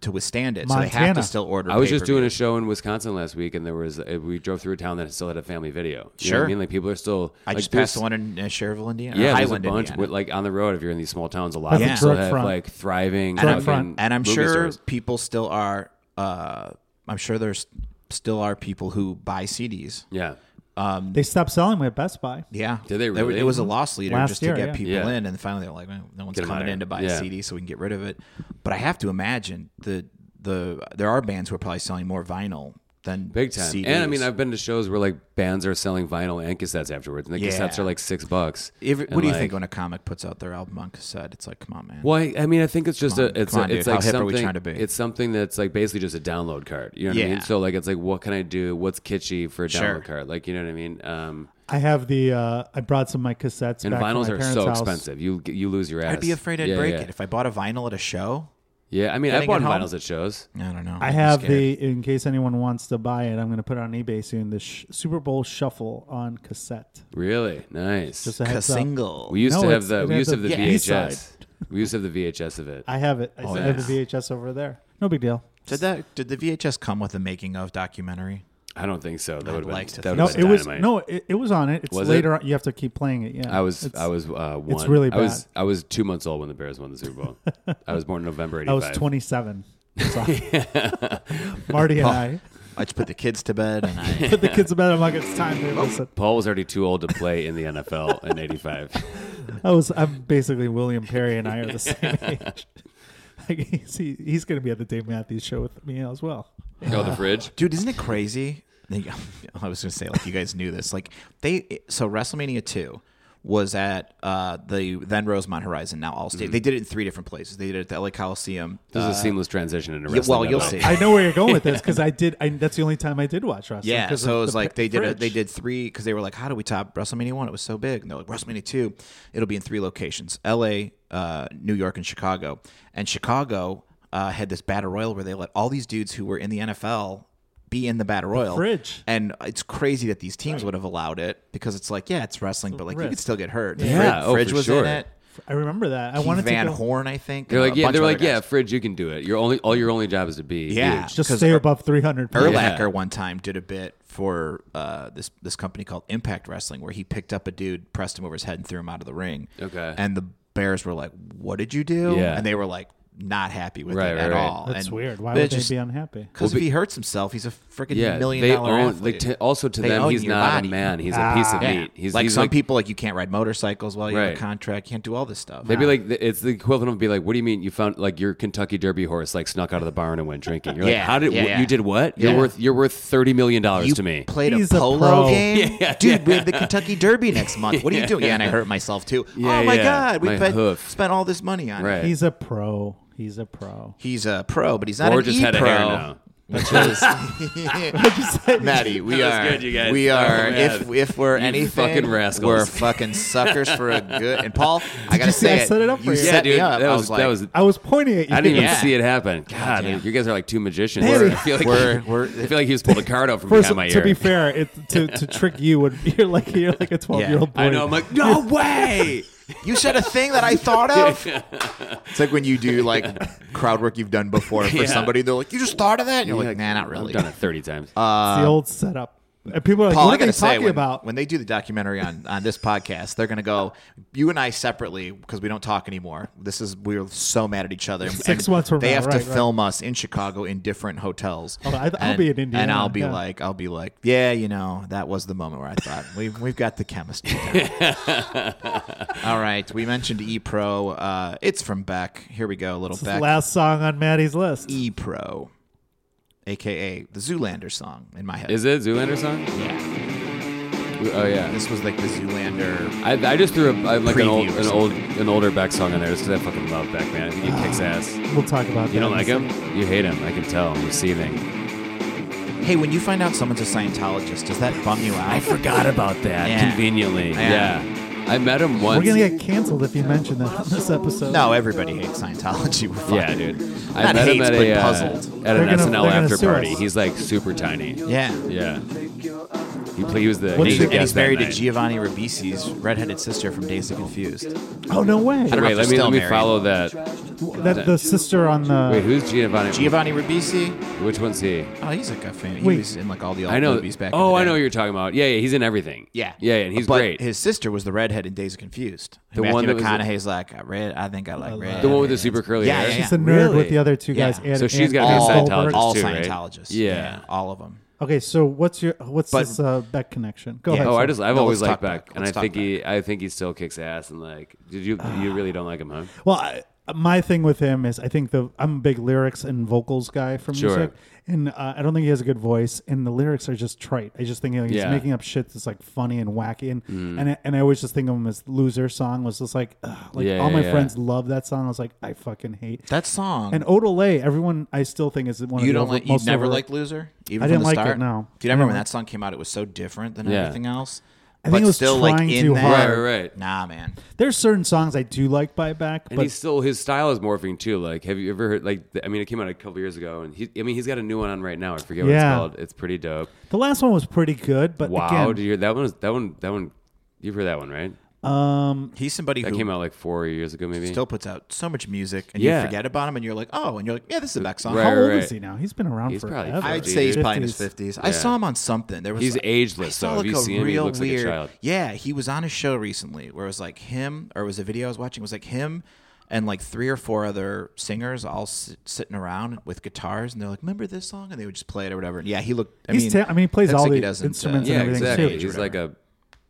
A: to withstand it. So they have to
B: Montana.
A: still order.
C: I was just
A: pay-per-view.
C: doing a show in Wisconsin last week, and there was uh, we drove through a town that still had a family video. You know what
A: Sure.
C: I mean, like people are still.
A: I
C: like,
A: just
C: there's-
A: passed the one in uh, Sherville, Indiana.
C: Yeah, there's a
A: Highland,
C: bunch
A: Indiana.
C: with, like on the road. If you're in these small towns, a lot
B: By
C: of
B: the
C: them still
B: drug
C: have
B: front.
C: like thriving.
B: Drug
C: fucking
B: front.
A: and I'm
C: movie
A: sure
C: stores.
A: people still are. Uh, I'm sure there's still are people who buy CDs.
C: Yeah.
B: They stopped selling them at Best Buy.
A: Yeah.
C: Did they
A: were-
C: really?
A: It was a loss leader
B: Last
A: just
B: year,
A: to get
B: yeah.
A: people
C: Yeah.
A: in, and finally they're like, well, no one's
C: Get 'em out
A: coming
C: of
A: in
C: here.
A: to buy a
C: Yeah.
A: CD, so we can get rid of it. But I have to imagine the the there are bands who are probably selling more vinyl than
C: Big time.
A: CDs.
C: And I mean, I've been to shows where like bands are selling vinyl and cassettes afterwards, and the
A: Yeah.
C: cassettes are like six bucks.
A: If-
C: And,
A: what do you
C: like-
A: think when a comic puts out their album on cassette? It's like, come on, man.
C: Well, I, I mean, I think it's just
A: Come
C: a,
A: on,
C: it's,
A: come
C: a,
A: on,
C: it's
A: dude. How
C: like
A: hip are we
C: something.
A: trying to be?
C: It's something that's like basically just a download card. You know what I
A: Yeah.
C: mean? So like, it's like, what can I do? What's kitschy for a download
A: Sure.
C: card? Like, you know what I mean? Um,
B: I have the. Uh, I brought some of my cassettes.
C: and
B: back from
C: vinyls
B: my
C: are
B: parents'
C: so
B: house.
C: expensive. You you lose your ass.
A: I'd be afraid I'd
C: Yeah,
A: break
C: yeah.
A: it if I bought a vinyl at a show.
C: Yeah, I mean, I
A: Getting
C: bought
A: it home?
C: vinyls at shows.
A: I don't know.
B: I
A: I'd be
B: have
A: scared.
B: the. In case anyone wants to buy it, I'm going to put it on eBay soon. The sh- Super Bowl Shuffle on cassette.
C: Really nice.
B: Just a
A: Ca-
B: heads up.
A: single.
C: we used
B: No,
C: to have
B: it's-
C: the
B: it
C: we
B: has
C: used to
B: a
C: have the
B: Yeah.
C: VHS. we used to have the VHS of it.
B: I have it. I,
A: Oh,
B: I have
A: yeah.
B: the VHS over there. No big deal.
A: did that? Did the VHS come with a making of documentary?
C: I don't think so. That
A: I'd
C: would
A: like to
C: have
A: think
C: been
B: No,
A: was
B: it was
C: dynamite.
B: no, it, it was on it. It's
C: Was
B: later on. You have to keep playing it. Yeah,
C: I was
B: It's-
C: I was uh, one.
B: really
C: I was
B: bad.
C: I was two months old when the Bears won the Super Bowl. I was born in November
B: I
C: '85.
B: was 27. So- Marty
C: Oh.
B: and I
A: I just put the kids to bed and I
B: put the kids to bed. I'm like, it's time. They
C: Oh.
B: listen.
C: Paul was already too old to play in the NFL in '85.
B: I was. I'm basically William Perry and I are the same age. Like he's, he, he's going to be at the Dave Matthews show with me as well.
C: oh, the fridge.
A: dude isn't it crazy Like, i was gonna say like you guys knew this like they so wrestlemania 2 was at uh the then rosemont horizon now allstate
C: Mm-hmm.
A: they did it in three different places they did it at the la coliseum
C: This
A: uh,
C: is a seamless transition into
A: yeah,
C: wrestling.
A: well
C: by
A: you'll
C: the way.
A: see
B: I know where you're going with this because I did. I, that's the only time I did watch wrestling.
A: yeah
B: 'cause
A: so
B: of
A: it was
B: the
A: like
B: pr-
A: they did a, they
B: fridge.
A: did three because they were like how do we top wrestlemania 1 it was so big and they're like wrestlemania 2 it'll be in three locations la uh new york and chicago and chicago uh, had this battle royal where they let all these dudes who were in the nfl be in the battle royal
B: fridge.
A: And it's crazy that these teams would have allowed it because it's like, yeah, it's wrestling, but like you
B: risk.
A: could still get hurt.
C: Yeah,
A: Fridge,
C: oh,
A: Fridge
C: for
A: was in
C: sure.
A: it.
B: I remember that. I
A: Keith
B: wanted
A: Van
B: to go,
A: Horn, I think.
C: They're
A: and
C: like,
A: a
C: yeah,
A: bunch
C: they're
A: of
C: like,
A: other
C: yeah,
A: guys.
C: fridge, you can do it. Your only all your only job is to be
A: Yeah.
C: huge.
B: just
A: 'cause
B: stay
A: Er-
B: above 300. please.
A: Erlacher one time did a bit for uh, this this company called Impact Wrestling, where he picked up a dude, pressed him over his head, and threw him out of the ring.
C: Okay.
A: And the Bears were like, "What did you do?"
C: Yeah.
A: And they were like, "Not happy with
C: Right,
A: it
C: right,
A: at
C: right.
A: all."
B: That's
A: And
B: weird. Why
A: they
B: would
A: just-
B: they be unhappy?
A: Because
C: Well,
A: if he hurts himself, he's a freaking
C: Yeah,
A: million
C: they
A: dollar
C: own.
A: athlete.
C: Like, t- also to
A: They
C: them,
A: own
C: he's
A: your
C: not
A: body.
C: a man. He's
B: Ah.
C: a piece of
A: Yeah.
C: meat. He's
A: like
C: he's
A: some people, like you can't ride motorcycles while you have
C: Right.
A: a contract. You can't do all this stuff.
C: They'd be like, it's the equivalent of be like, what do you mean you found like your Kentucky Derby horse like snuck out of the barn and went drinking? You're
A: Yeah,
C: like, how did
A: yeah,
C: wh-
A: yeah.
C: you did what? You're
A: Yeah.
C: worth you're worth thirty million dollars
A: you
C: to me.
A: played
B: He's
A: a
B: a
A: polo
B: pro.
A: game, dude. We have the Kentucky Derby next month. What are you doing? Yeah, and I hurt myself too.
C: Yeah,
A: oh my
C: yeah.
A: god, we
C: My
A: bet-
C: hoof.
A: spent all this money on it.
C: Right.
B: He's a pro. He's a pro.
A: He's a pro, but he's not
C: or
A: an
C: just
A: e
C: had
A: pro.
C: a hair now.
A: Which is Maddie, we
C: That was
A: are
C: good, you guys.
A: we
C: Oh,
A: are
C: man.
A: if if we're anything,
C: fucking rascals.
A: we're fucking suckers for a good. And Paul, I gotta
B: you see
A: say,
B: I set it up for
A: you
B: you?
A: set
B: Yeah,
A: me up.
C: That
A: I
C: was,
A: was like,
C: that was.
B: I was pointing at you.
C: I didn't even
A: Yeah.
C: see it happen. God,
A: damn.
C: you guys are like two magicians.
B: We're-
C: I feel like
A: we're- we're-
C: I feel like he was pulled a card out from
B: First,
C: behind my
B: to
C: ear.
B: be fair, it, to to trick you would you're like you're like a 12 year old boy.
C: I
A: Um,
C: know. I'm like, no way.
A: You said a thing that I thought of. It's like when you do like crowd work you've done before for
C: Yeah.
A: somebody. They're like, "You just thought of that," and you're like, "Nah, not
C: I've
A: really."
C: done it thirty times.
A: Uh,
B: it's the old setup. And people are like,
A: Paul, I
B: what are
A: gotta
B: they
A: say,
B: talking
A: when,
B: about?
A: when they do the documentary on on this podcast, they're gonna go you and I separately because we don't talk anymore. This is we're so mad at each other.
B: Six
A: And
B: months from
A: they
B: now,
A: have
B: right,
A: to
B: right.
A: film us in Chicago in different hotels.
B: Oh, I- I'll
A: and,
B: be in Indiana,
A: and I'll be
B: yeah.
A: like, I'll be like, yeah, you know, that was the moment where I thought we've we've got the chemistry. down." All right, we mentioned E Pro. Uh, it's from Beck. Here we go, a little
B: This is the
A: Beck.
B: last song on Maddie's list.
A: E Pro, aka the Zoolander song in my head.
C: Is it Zoolander song?
A: yeah.
C: Oh yeah.
A: This was like the Zoolander
C: I, I just threw a, I, like an
A: Preview
C: old
A: or
C: an old an older Beck song in there just because I fucking love Beck, man. I think he kicks
A: Ah.
C: ass.
B: We'll talk about that.
C: You don't
B: in a
C: like him? You hate him. I can tell. You're seething.
A: Hey, when you find out someone's a Scientologist, does that bum you out?
C: forgot about that.
A: Yeah.
C: Conveniently.
A: Yeah.
C: Yeah. I met him once.
B: We're gonna get canceled if you mention that on this episode.
A: No, everybody hates Scientology. We're fine.
C: yeah, dude. I met
A: Not
C: him
A: hates,
C: at
A: but
C: a uh,
A: puzzled.
C: at an SNL
B: They're gonna- they're gonna
C: after
B: sue
C: party.
B: us.
C: He's like super tiny.
A: Yeah.
C: Yeah. He, play, he was the
B: What's
C: lead
B: his-
A: And
B: Yeah,
A: he's
C: guest that
A: married to
C: night.
A: Giovanni Ribisi's redheaded sister from Days of Confused.
B: Oh no way.
A: don't know
C: Wait, let
A: if they're
C: me
A: still
C: let me
A: married.
C: follow that.
B: That the sister on the
C: Wait, who's Giovanni?
A: Giovanni Ribisi?
C: Which one's he?
A: Oh, he's like a fan. He
B: Wait.
A: was in like all the old
C: I know.
A: movies back.
C: oh,
A: in the
C: I
A: day.
C: know who you're talking about. Yeah, yeah. He's in everything.
A: Yeah,
C: Yeah, yeah, and he's
A: but
C: great.
A: His sister was the redhead in Days of Confused.
C: The
A: Matthew
C: one that was-
A: McConaughey's like, I read. I think I like red.
C: The one with the super curly
A: Yeah,
C: hair.
A: yeah,
B: she's
A: yeah.
B: the nerd
C: Really?
B: with the other two
A: Yeah.
B: guys. and-
C: So she's
B: and
C: gotta be a
A: all,
C: Scientologist
A: all
C: too, right?
A: Scientologists.
C: Yeah.
A: all of them.
B: Okay, so what's your what's
A: But-
B: this uh, Beck connection? Go
A: Yeah.
B: ahead.
C: Oh, I
B: sir.
C: just I've
A: No,
C: always liked
A: let's talk
C: Beck,
A: Beck.
C: and I
A: Let's talk
C: think he I think he still kicks ass and like did you you really don't like him, huh?
B: well, I, my thing with him is I think the I'm a big lyrics and vocals guy for
C: Sure.
B: music, and uh, I don't think he has a good voice, and the lyrics are just trite. I just think like, he's
C: Yeah. Mm.
B: making up shit that's like funny and wacky, and and, I, and I always just think of him as "Loser" song was just like ugh, like
C: Yeah,
B: all my
C: yeah, yeah.
B: friends love that song. I was like I fucking hate.
A: That song.
B: And Odelay, everyone I still think is one of
A: you
B: the
A: don't
B: over-
A: like. You
B: most
A: never
B: over-
A: liked Loser. Even
B: I
A: from
B: didn't
A: the
B: like it,
A: start?
B: no.
A: Do you remember when that song came out? It was so different than
C: Yeah.
A: everything else.
B: I think
A: but
B: it was
A: still like
B: trying
A: in
B: too
A: there.
B: hard.
C: Right, right, right.
A: Nah, man.
B: There's certain songs I do like by back,
C: And
B: but
C: he's still his style is morphing too. Like, have you ever heard? Like, th- I mean, it came out a couple years ago, and he, I mean, he's got a new one on right now. I forget what
B: Yeah.
C: it's called. It's pretty dope.
B: the last one was pretty good. But
C: Wow,
B: again,
C: did you hear that one? Was, that one, that one. You've heard that one, right?
A: He's somebody
C: That
A: who
C: came out like four years ago, maybe.
A: still puts out so much music, and
C: Yeah.
A: you forget about him, and you're like, oh, and you're like, yeah, this is a back song.
C: Right,
B: how
C: right,
B: old
C: right.
B: is he now? He's been around
C: He's
B: forever.
C: probably
A: I'd
C: 50,
A: say he's
B: dude.
A: probably in his
B: 50s.
A: fifties. I saw him on something. There was
C: He's
A: like-
C: ageless,
A: I saw
C: though. Have
A: Like
C: you
A: a
C: seen him? He
A: real
C: looks like a
A: weird,
C: child.
A: Yeah, he was on a show recently where it was like him, or it was a video I was watching. It was like him and like three or four other singers all sit, sitting around with guitars, and they're like, "Remember this song?" And they would just play it or whatever. Yeah, he looked. I
B: He's
A: mean,
B: ta- I mean, he plays
A: looks
B: all
A: like
B: the
A: he doesn't,
B: instruments
A: uh,
C: yeah,
B: and everything
C: exactly.
B: too.
C: He's like a,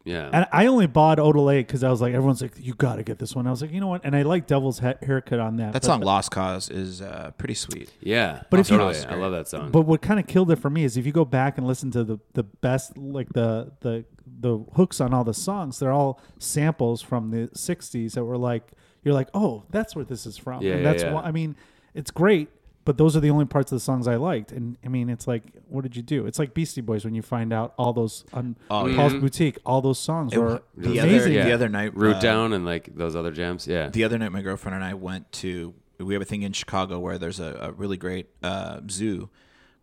C: yeah.
B: And I only bought Odelay because I was like, everyone's like, you got to get this one. I was like, you know what? And I like Devil's ha- haircut on that.
A: that
B: but,
A: song "Lost Cause" is uh, pretty sweet.
C: yeah,
B: But if you-
C: totally. I love that song.
B: But what kind of killed it for me is if you go back and listen to the the best, like the the the hooks on all the songs, they're all samples from the '60s that were like, you're like, oh, that's where this is from.
C: Yeah,
B: and
C: yeah,
B: that's
C: yeah.
B: why. I mean, it's great. But those are the only parts of the songs I liked, and I mean, it's like, what did you do? It's like Beastie Boys when you find out all those on
C: Oh, Mm-hmm.
B: Paul's Boutique, all those songs were
A: The
B: amazing.
A: other, the other night,
C: Root
A: uh,
C: Down and like those other jams. Yeah,
A: the other night my girlfriend and i went to we have a thing in chicago where there's a, a really great uh, zoo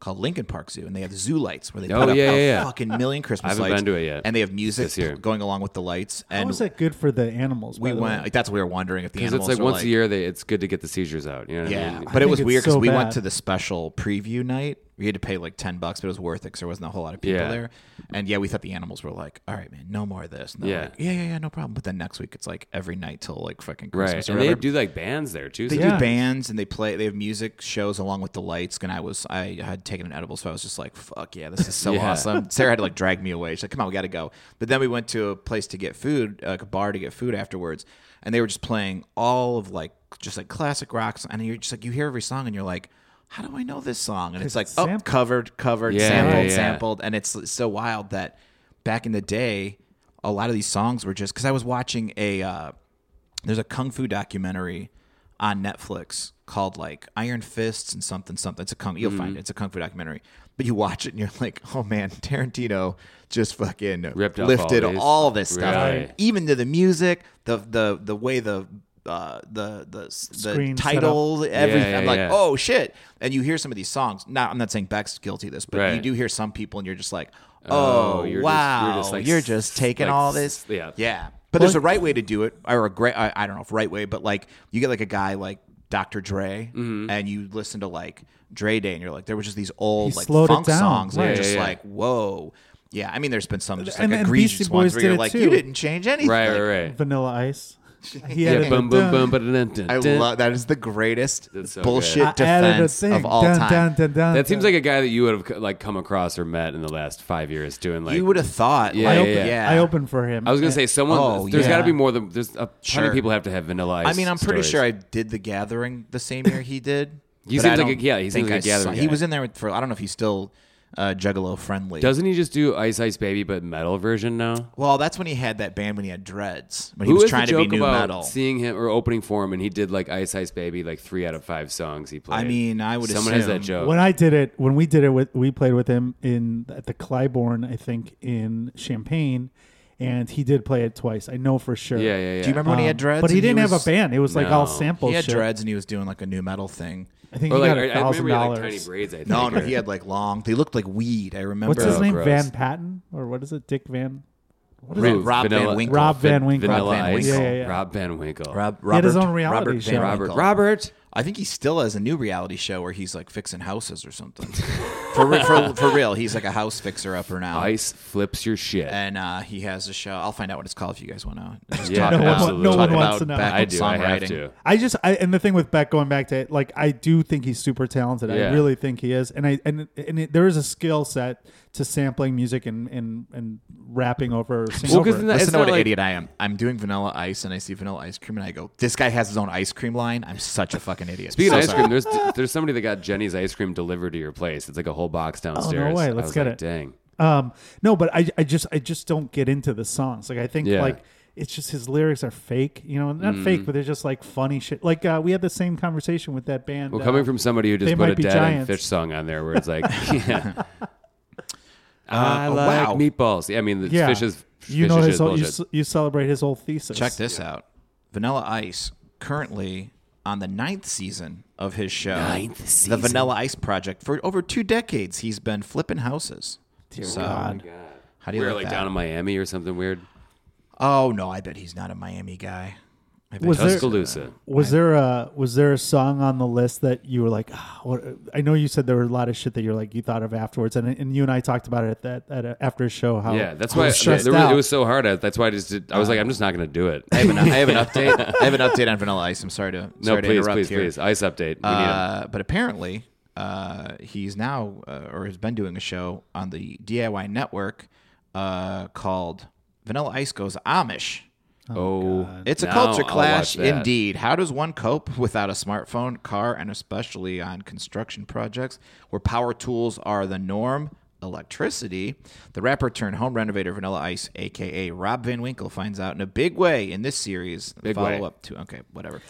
A: called lincoln park zoo and they have zoo lights where they
C: Oh,
A: put up
C: yeah,
A: a
C: yeah, yeah.
A: fucking million christmas
C: haven't
A: lights
C: been to it yet.
A: and they have music
C: This year.
A: going along with the lights
B: How
A: and
B: is that good for the animals? by
A: we
B: the
A: went
B: way?
A: like that's what we were wondering if the
C: because
A: animals
C: it's like
A: were
C: once a year they it's good to get the seizures out. You know what I
A: yeah
C: mean?
A: but it
B: think
A: was
B: it's
A: weird because
B: so
A: we
B: bad.
A: went to the special preview night we had to pay like 10 bucks but it was worth it because there wasn't a whole lot of people
C: Yeah.
A: there and yeah we thought the animals were like all right man no more of this and they're
C: Yeah.
A: like, yeah yeah yeah no problem but then next week it's like every night till like fucking
C: right,
A: christmas or
C: and they
A: whatever.
C: do like bands there too.
A: They
C: so-
B: Yeah.
A: do bands and they play. They have music shows along with the lights. And I was, I had taken an edible, so I was just like, "Fuck yeah, this is so
C: Yeah.
A: awesome." Sarah had to like drag me away. She's like, "Come on, we got to go." But then we went to a place to get food, like a bar to get food afterwards, and they were just playing all of like just like classic rocks. And you're just like, you hear every song, and you're like. How do I know this song? And it's like,
B: it's
A: oh,
B: sampled.
A: covered, covered,
C: Yeah,
A: sampled,
C: yeah, yeah.
A: sampled. And it's so wild that back in the day, a lot of these songs were just because I was watching a uh, there's a kung fu documentary on Netflix called like Iron Fists and something something. It's a kung you'll
C: Mm-hmm.
A: find it. It's a kung fu documentary. But you watch it and you're like, oh man, Tarantino just fucking
C: Ripped off
A: lifted
C: all these.
A: all this stuff,
C: Right.
A: even to the music, the the the way the uh, the the the
B: Screen
A: title, everything.
C: Yeah,
A: I'm
C: yeah,
A: like,
C: yeah.
A: oh shit! And you hear some of these songs. Now I'm not saying Beck's guilty of this, but you
C: Right.
A: do hear some people, and you're just like, oh,
C: Oh, you're just- you're
A: wow,
C: just like
A: you're
C: s-
A: just taking
C: like
A: all
C: s-
A: this,
C: yeah.
A: yeah. But there's a right way to do it, or a great, I, I don't know if right way, but like you get like a guy like Dr. Dre,
C: Mm-hmm.
A: and you listen to like Dre Day, and you're like, there was just these old
B: He
A: like
B: slowed it
A: funk
B: down.
A: songs, and
B: Right.
A: you're just
C: Yeah, yeah, yeah.
A: like, whoa. Yeah, I mean, there's been some just like
B: And- and
A: egregious
B: Beastie
A: ones
B: Boys
A: where
B: did
A: you're
B: it
A: like,
B: too.
A: you didn't change anything.
C: right,
A: Like,
C: right, right.
B: Vanilla Ice. He
C: Yeah,
B: added a
C: boom, boom,
B: dun.
C: boom, dun, dun, dun,
A: I
C: dun.
A: love that is the greatest
C: That's so
A: bullshit
B: I added a
A: defense
B: thing.
A: of all
B: Dun,
A: time.
B: dun, dun, dun,
C: That seems
B: dun.
C: like a guy that you would have like come across or met in the last five years doing like
A: you would have thought,
C: Yeah,
A: like,
B: I
A: yeah,
B: opened, I opened for him.
C: I was gonna say someone.
A: Oh,
C: there's got
A: yeah.
C: to be more than there's a ton
A: Sure.
C: of people have to have vanilla ice.
A: I mean, I'm pretty
C: stories.
A: sure I did the Gathering the same year he did.
C: He seems
A: but I
C: like a-
A: don't
C: yeah, he seems
A: think
C: like a
A: I
C: Gathering
A: saw- He
C: guy.
A: was in there for I don't know if he's still uh, Juggalo friendly.
C: Doesn't he just do Ice Ice Baby but metal version now?
A: well, that's when he had that band when he had dreads when he
C: Who
A: was
C: is
A: trying
C: the
A: to
C: joke
A: be new
C: about
A: metal.
C: seeing him or opening for him and he did like Ice Ice Baby like three out of five songs he played.
A: I mean, I would
C: someone has
A: assume
C: that joke.
B: when I did it, when we did it with, we played with him in at the Clybourne, I think, in Champagne, and he did play it twice. I know for sure.
C: yeah, yeah, yeah.
A: Do you remember when he had
B: Um,
A: dreads?
B: but he
A: and
B: didn't have
A: was-
B: a band. It was like all
C: No.
B: sample
A: He had
B: shit.
A: dreads and he was doing like a new metal thing.
B: I think
C: Or
B: he
C: like, I,
B: got a
C: I remember
B: thousand
C: he had, like tiny
B: dollars.
C: braids. I think.
A: No, no,
C: or-
A: he had like long. They looked like weed. I remember.
B: What's his
C: Oh,
B: name?
C: gross.
B: Van Patten or what is it? Dick Van. What is
A: Rob-
C: Roof,
A: Rob Van
C: vanilla,
A: Winkle.
B: Rob Van Winkle.
C: Vanilla
A: Rob Van
C: Ice.
A: Winkle.
B: Yeah, yeah, yeah.
C: Rob Van Winkle.
A: Rob, Robert,
B: He had his own reality
A: Robert
B: show.
A: Van
C: Robert.
A: Winkle.
C: Robert.
A: I think he still has a new reality show where he's like fixing houses or something. for, re- for for real, he's like a house fixer upper now.
C: Ice flips your shit.
A: and uh, he has a show. I'll find out what it's called if you guys want to. Just
C: Yeah,
A: talk
C: no
A: about,
C: one- no
A: talk
C: one
B: wants
A: about
B: to know.
A: back
C: I
A: on
C: do. I have
A: songwriting.
C: to.
B: I just I, and the thing with Beck going back to it, like I do think he's super talented. I
C: Yeah.
B: really think he is, and I and and it, there is a skill set to sampling music and and and rapping over singing
C: Well,
B: over
C: 'cause
B: it.
C: then It's
A: Listen to
C: not
A: what an
C: like-
A: idiot I am. I'm doing vanilla ice, and I see vanilla ice cream, and I go, "This guy has his own ice cream line." I'm such a fucking idiot.
C: Speaking
A: So
C: of ice
A: sorry.
C: cream, there's there's somebody that got Jenny's ice cream delivered to your place. It's like a whole box downstairs.
B: Oh, way.
C: I
B: Let's
C: was
B: get
C: like,
B: it.
C: Dang.
B: Um, no, but I, I just, I just don't get into the songs. Like, I think
C: Yeah. Mm.
B: like it's just his lyrics are fake, you know, not fake, but they're just like funny shit. Like, uh, we had the same conversation with that band.
C: Well,
B: uh,
C: coming from somebody who
B: They
C: just put
B: Might
C: a
B: Be
C: dead
B: Giants.
C: and fish song on there, where it's like, yeah. I
A: Uh,
C: like
A: wow.
C: meatballs. Yeah, I mean, the
B: yeah,
C: fish is
B: you
C: fish
B: know
C: is
B: his
C: just
B: whole, you,
C: bullshit.
B: ce- you celebrate his whole thesis.
A: Check this out. Vanilla Ice currently on the ninth season of his show,
C: Ninth
A: the
C: season.
A: Vanilla Ice Project. For over two decades, he's been flipping houses. so,
B: God.
A: how do you
C: We're like
A: like that?
C: down in Miami or something weird.
A: Oh no, I bet he's not a Miami guy. I bet
B: Was there-
C: Tuscaloosa.
B: Was there a was there a song on the list that you were like? "Ah, what, I know you said there were a lot of shit that you're like you thought of afterwards, and and you and I talked about it at that at a, after a show. How
C: Yeah, that's
B: how
C: why there
B: Oh. stressed
C: was, it
B: out.
C: was so hard. I, that's why I just did, I was like, I'm just not going to do it.
A: I have, an, I have an update. I have an update on Vanilla Ice. I'm sorry to
C: No,
A: sorry to
C: please,
A: interrupt
C: please,
A: here.
C: please. Ice update. We need it.
A: Uh, but apparently, uh, he's now uh, or has been doing a show on the DIY network uh, called Vanilla Ice Goes Amish.
C: Oh,
A: It's a
C: now
A: culture
C: I'll watch
A: clash
C: that.
A: indeed. How does one cope without a smartphone, car, and especially on construction projects where power tools are the norm? Electricity. The rapper turned home renovator Vanilla Ice, aka Rob Van Winkle, finds out in a big way in this series.
C: Big
A: follow
C: way.
A: up to okay, whatever.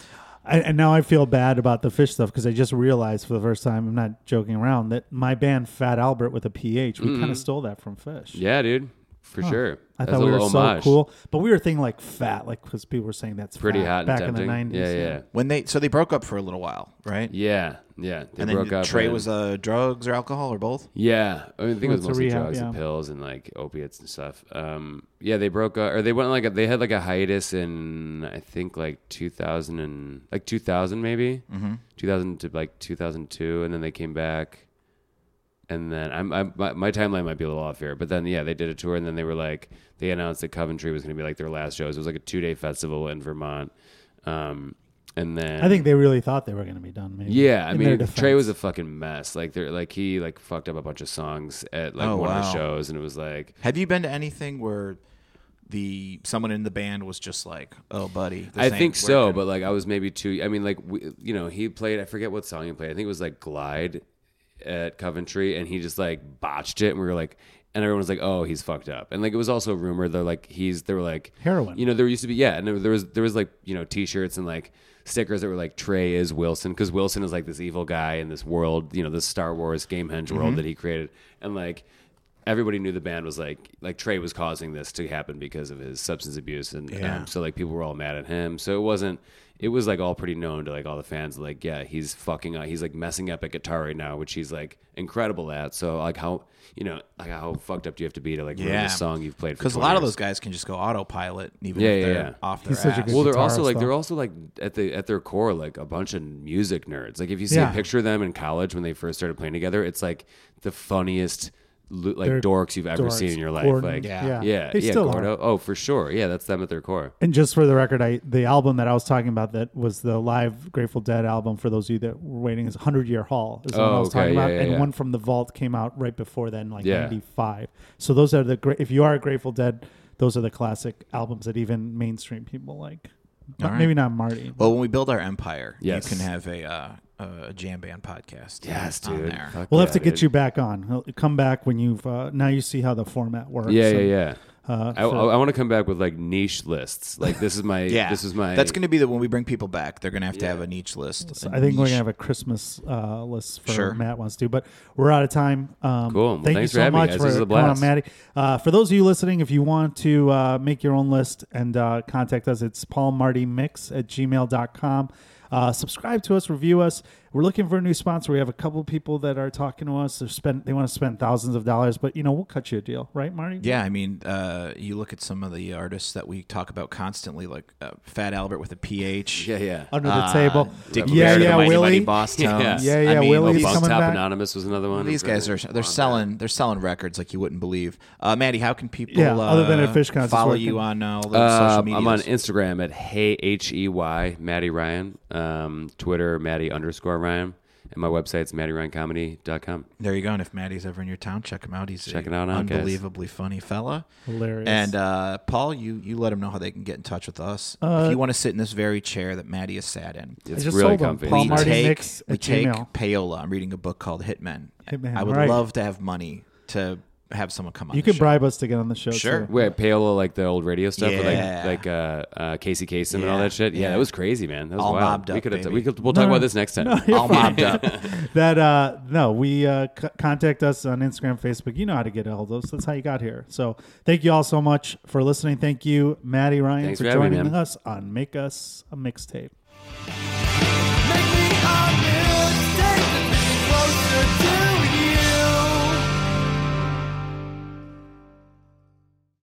B: I, and now I feel bad about the fish stuff because I just realized for the first time, I'm not joking around, that my band Fat Albert with a PH, we kind of stole that from fish.
C: Mm-hmm. Yeah, dude, for sure.
B: I
C: That's
B: thought
C: a
B: we were
C: little
B: so
C: homage.
B: cool, but we were thinking like fat, like because people were saying that's
C: Pretty
B: fat
C: hot and
B: back
C: tempting.
B: in the '90s.
C: Yeah, yeah,
A: When they so they broke up for a little while, right?
C: yeah, yeah. They
A: and then
C: broke up.
A: Trey
C: and-
A: was uh, drugs or alcohol or both.
C: Yeah, I mean, I think it
B: Went
C: was
B: to
C: mostly
B: rehab,
C: drugs and
B: yeah.
C: pills and like opiates and stuff. Um, yeah, they broke up, or they went like a, they had like a hiatus in I think like 2000 and like 2000 maybe, mm-hmm. 2000 to like 2002, and then they came back. And then I'm, I'm my, my timeline might be a little off here, but then yeah, they did a tour, and then they were like they announced that Coventry was going to be like their last shows. It was like a two day festival in Vermont, um, and then
B: I think they really thought they were going to be done. Maybe.
C: yeah, I
B: in their
C: mean, Trey
B: defense.
C: was a fucking mess. Like, they're like he like fucked up a bunch of songs at like
A: Oh,
C: one of the
A: wow.
C: shows, and it was like
A: Have you been to anything where the someone in the band was just like, "Oh, buddy"? this
C: I
A: ain't
C: think so,
A: working."
C: but like I was maybe too. I mean, like we, you know, he played. I forget what song he played. I think it was like Glide at Coventry, and he just like botched it, and we were like. And everyone was like, "Oh, he's fucked up," and like it was also rumored they're like he's they were like
B: Heroin.
C: You know, there used to be yeah, and there, there was there was like you know T-shirts and like stickers that were like Trey is Wilson because Wilson is like this evil guy in this world, you know, this Star Wars Gamehenge
A: Mm-hmm.
C: world that he created, and like everybody knew the band was like like Trey was causing this to happen because of his substance abuse and
A: Yeah.
C: um, so like people were all mad at him. So it wasn't it was like all pretty known to like all the fans like yeah, he's fucking up. He's like messing up at guitar right now, which he's like incredible at. So like how you know, like how fucked up do you have to be to like ruin
A: Yeah.
C: a song you've played for
A: because a
C: 20
A: lot of
C: years?
A: those guys can just go autopilot, even
C: Yeah,
A: if
C: yeah,
A: they're
C: yeah.
A: off their
B: He's such a
A: ass.
B: good-
C: well, they're
B: guitarist,
C: also like
B: though.
C: they're also like at the at their core like a bunch of music nerds. Like if you see
B: Yeah.
C: a picture of them in college when they first started playing together, it's like the funniest lo- like
B: They're
C: dorks you've ever
B: dorks.
C: seen in your life.
B: Gordon,
C: like
A: Yeah.
B: yeah,
C: yeah,
B: They
C: yeah,
B: still are.
C: Gordo. Oh, for sure. Yeah, that's them at their core.
B: And just for the record, I the album that I was talking about that was the live Grateful Dead album. For those of you that were waiting, is Hundred Year Hall is the one I
C: Oh,
B: was
C: okay.
B: talking
C: Yeah,
B: about,
C: yeah,
B: and
C: yeah.
B: one from the Vault came out right before then, like
C: Yeah.
B: ninety five. So those are the great. If you are a Grateful Dead, those are the classic albums that even mainstream people like.
A: All
B: But
A: right.
B: Maybe not Marty.
A: Well, when we build our empire,
C: Yes.
A: you can have a uh, a jam band podcast.
C: Yes,
A: on
C: dude.
A: there.
C: Fuck
B: We'll have
C: yeah,
B: to get
C: dude.
B: you back on. He'll- Come back when you've uh, now you see how the format works.
C: Yeah, yeah,
B: And
C: yeah.
B: uh,
C: I, want to come back with like niche lists. Like this is my
A: Yeah,
C: this is my
A: That's going to be that when we bring people back, they're going to have to have a niche list.
B: So
A: a
B: I think we're
A: niche-
B: gonna have a Christmas uh, list for
A: Sure.
B: Matt wants to, but we're out of time. Um,
C: Cool. Well,
B: thank
C: thanks for
B: you so
C: having me,
B: much
C: guys.
B: for
C: This is a
B: coming on,
C: blast.
B: Matty. Uh, for those of you listening, if you want to uh, make your own list and uh, contact us, it's paulmartymix at gmail.com. Uh, subscribe to us, review us. We're looking for a new sponsor. We have a couple people that are talking to us. They're spent, they want to spend thousands of dollars, but you know we'll cut you a deal, right, Marty?
A: Yeah, I mean, uh, you look at some of the artists that we talk about constantly, like uh, Fat Albert with a PH.
C: yeah, yeah.
B: Under the
A: Uh,
B: table.
A: Dick
B: yeah,
A: Barrett of
B: yeah,
A: Mighty Mighty
B: Willie.
A: Boss Tones.
C: Yeah.
B: Yeah, yeah,
A: I mean,
B: Willie's
A: these-
B: coming
C: Bump Top
B: back.
C: Anonymous was another one.
A: These guys are they're selling they're selling records like you wouldn't believe. Uh, Maddie, how can people
B: Yeah,
A: uh,
B: other than at fish cons, it's
A: follow
B: working.
A: you on uh, all the social
C: Uh,
A: media?
C: I'm on Instagram at hey h e y Maddie Ryan, um, Twitter Maddie underscore Ryan, And my website's mattyryancomedy.com.
A: There you go. And if Maddie's ever in your town, check him out. He's
C: Check
A: an
C: it out, guys.
A: unbelievably funny fella.
B: Hilarious.
A: And uh, Paul, you you let them know how they can get in touch with us
B: Uh,
A: if you want to sit in this very chair that Maddie is sat in.
C: It's
B: just
C: really
B: sold 'em.
C: comfy.
B: Paul
A: we
B: Marty
A: take,
B: Nix
A: we
B: at
A: take
B: Gmail.
A: payola. I'm reading a book called Hitmen.
B: Hitman,
A: I would
B: right.
A: love to have money to have someone come on.
B: you
A: the
B: can
A: show.
B: bribe us to get on the show.
A: Sure.
B: too.
C: Wait, Paola, like the old radio stuff with
A: Yeah.
C: like like uh, uh, Casey Kasem and
A: Yeah.
C: all that shit. Yeah,
A: Yeah.
C: that was crazy, man. That was
A: All
C: wild.
A: mobbed
C: we
A: up,
C: could have.
A: baby.
C: we could. We'll
B: No,
C: talk
B: no.
C: about this next time.
A: all mobbed up.
B: That uh no, we uh c- contact us on Instagram, Facebook. You know how to get a hold of us. That's how you got here. So thank you all so much for listening. Thank you, Maddie Ryan,
C: Thanks
B: for
C: for having me,
B: joining
C: man.
B: us on Make Us a Mixtape.
A: Bye.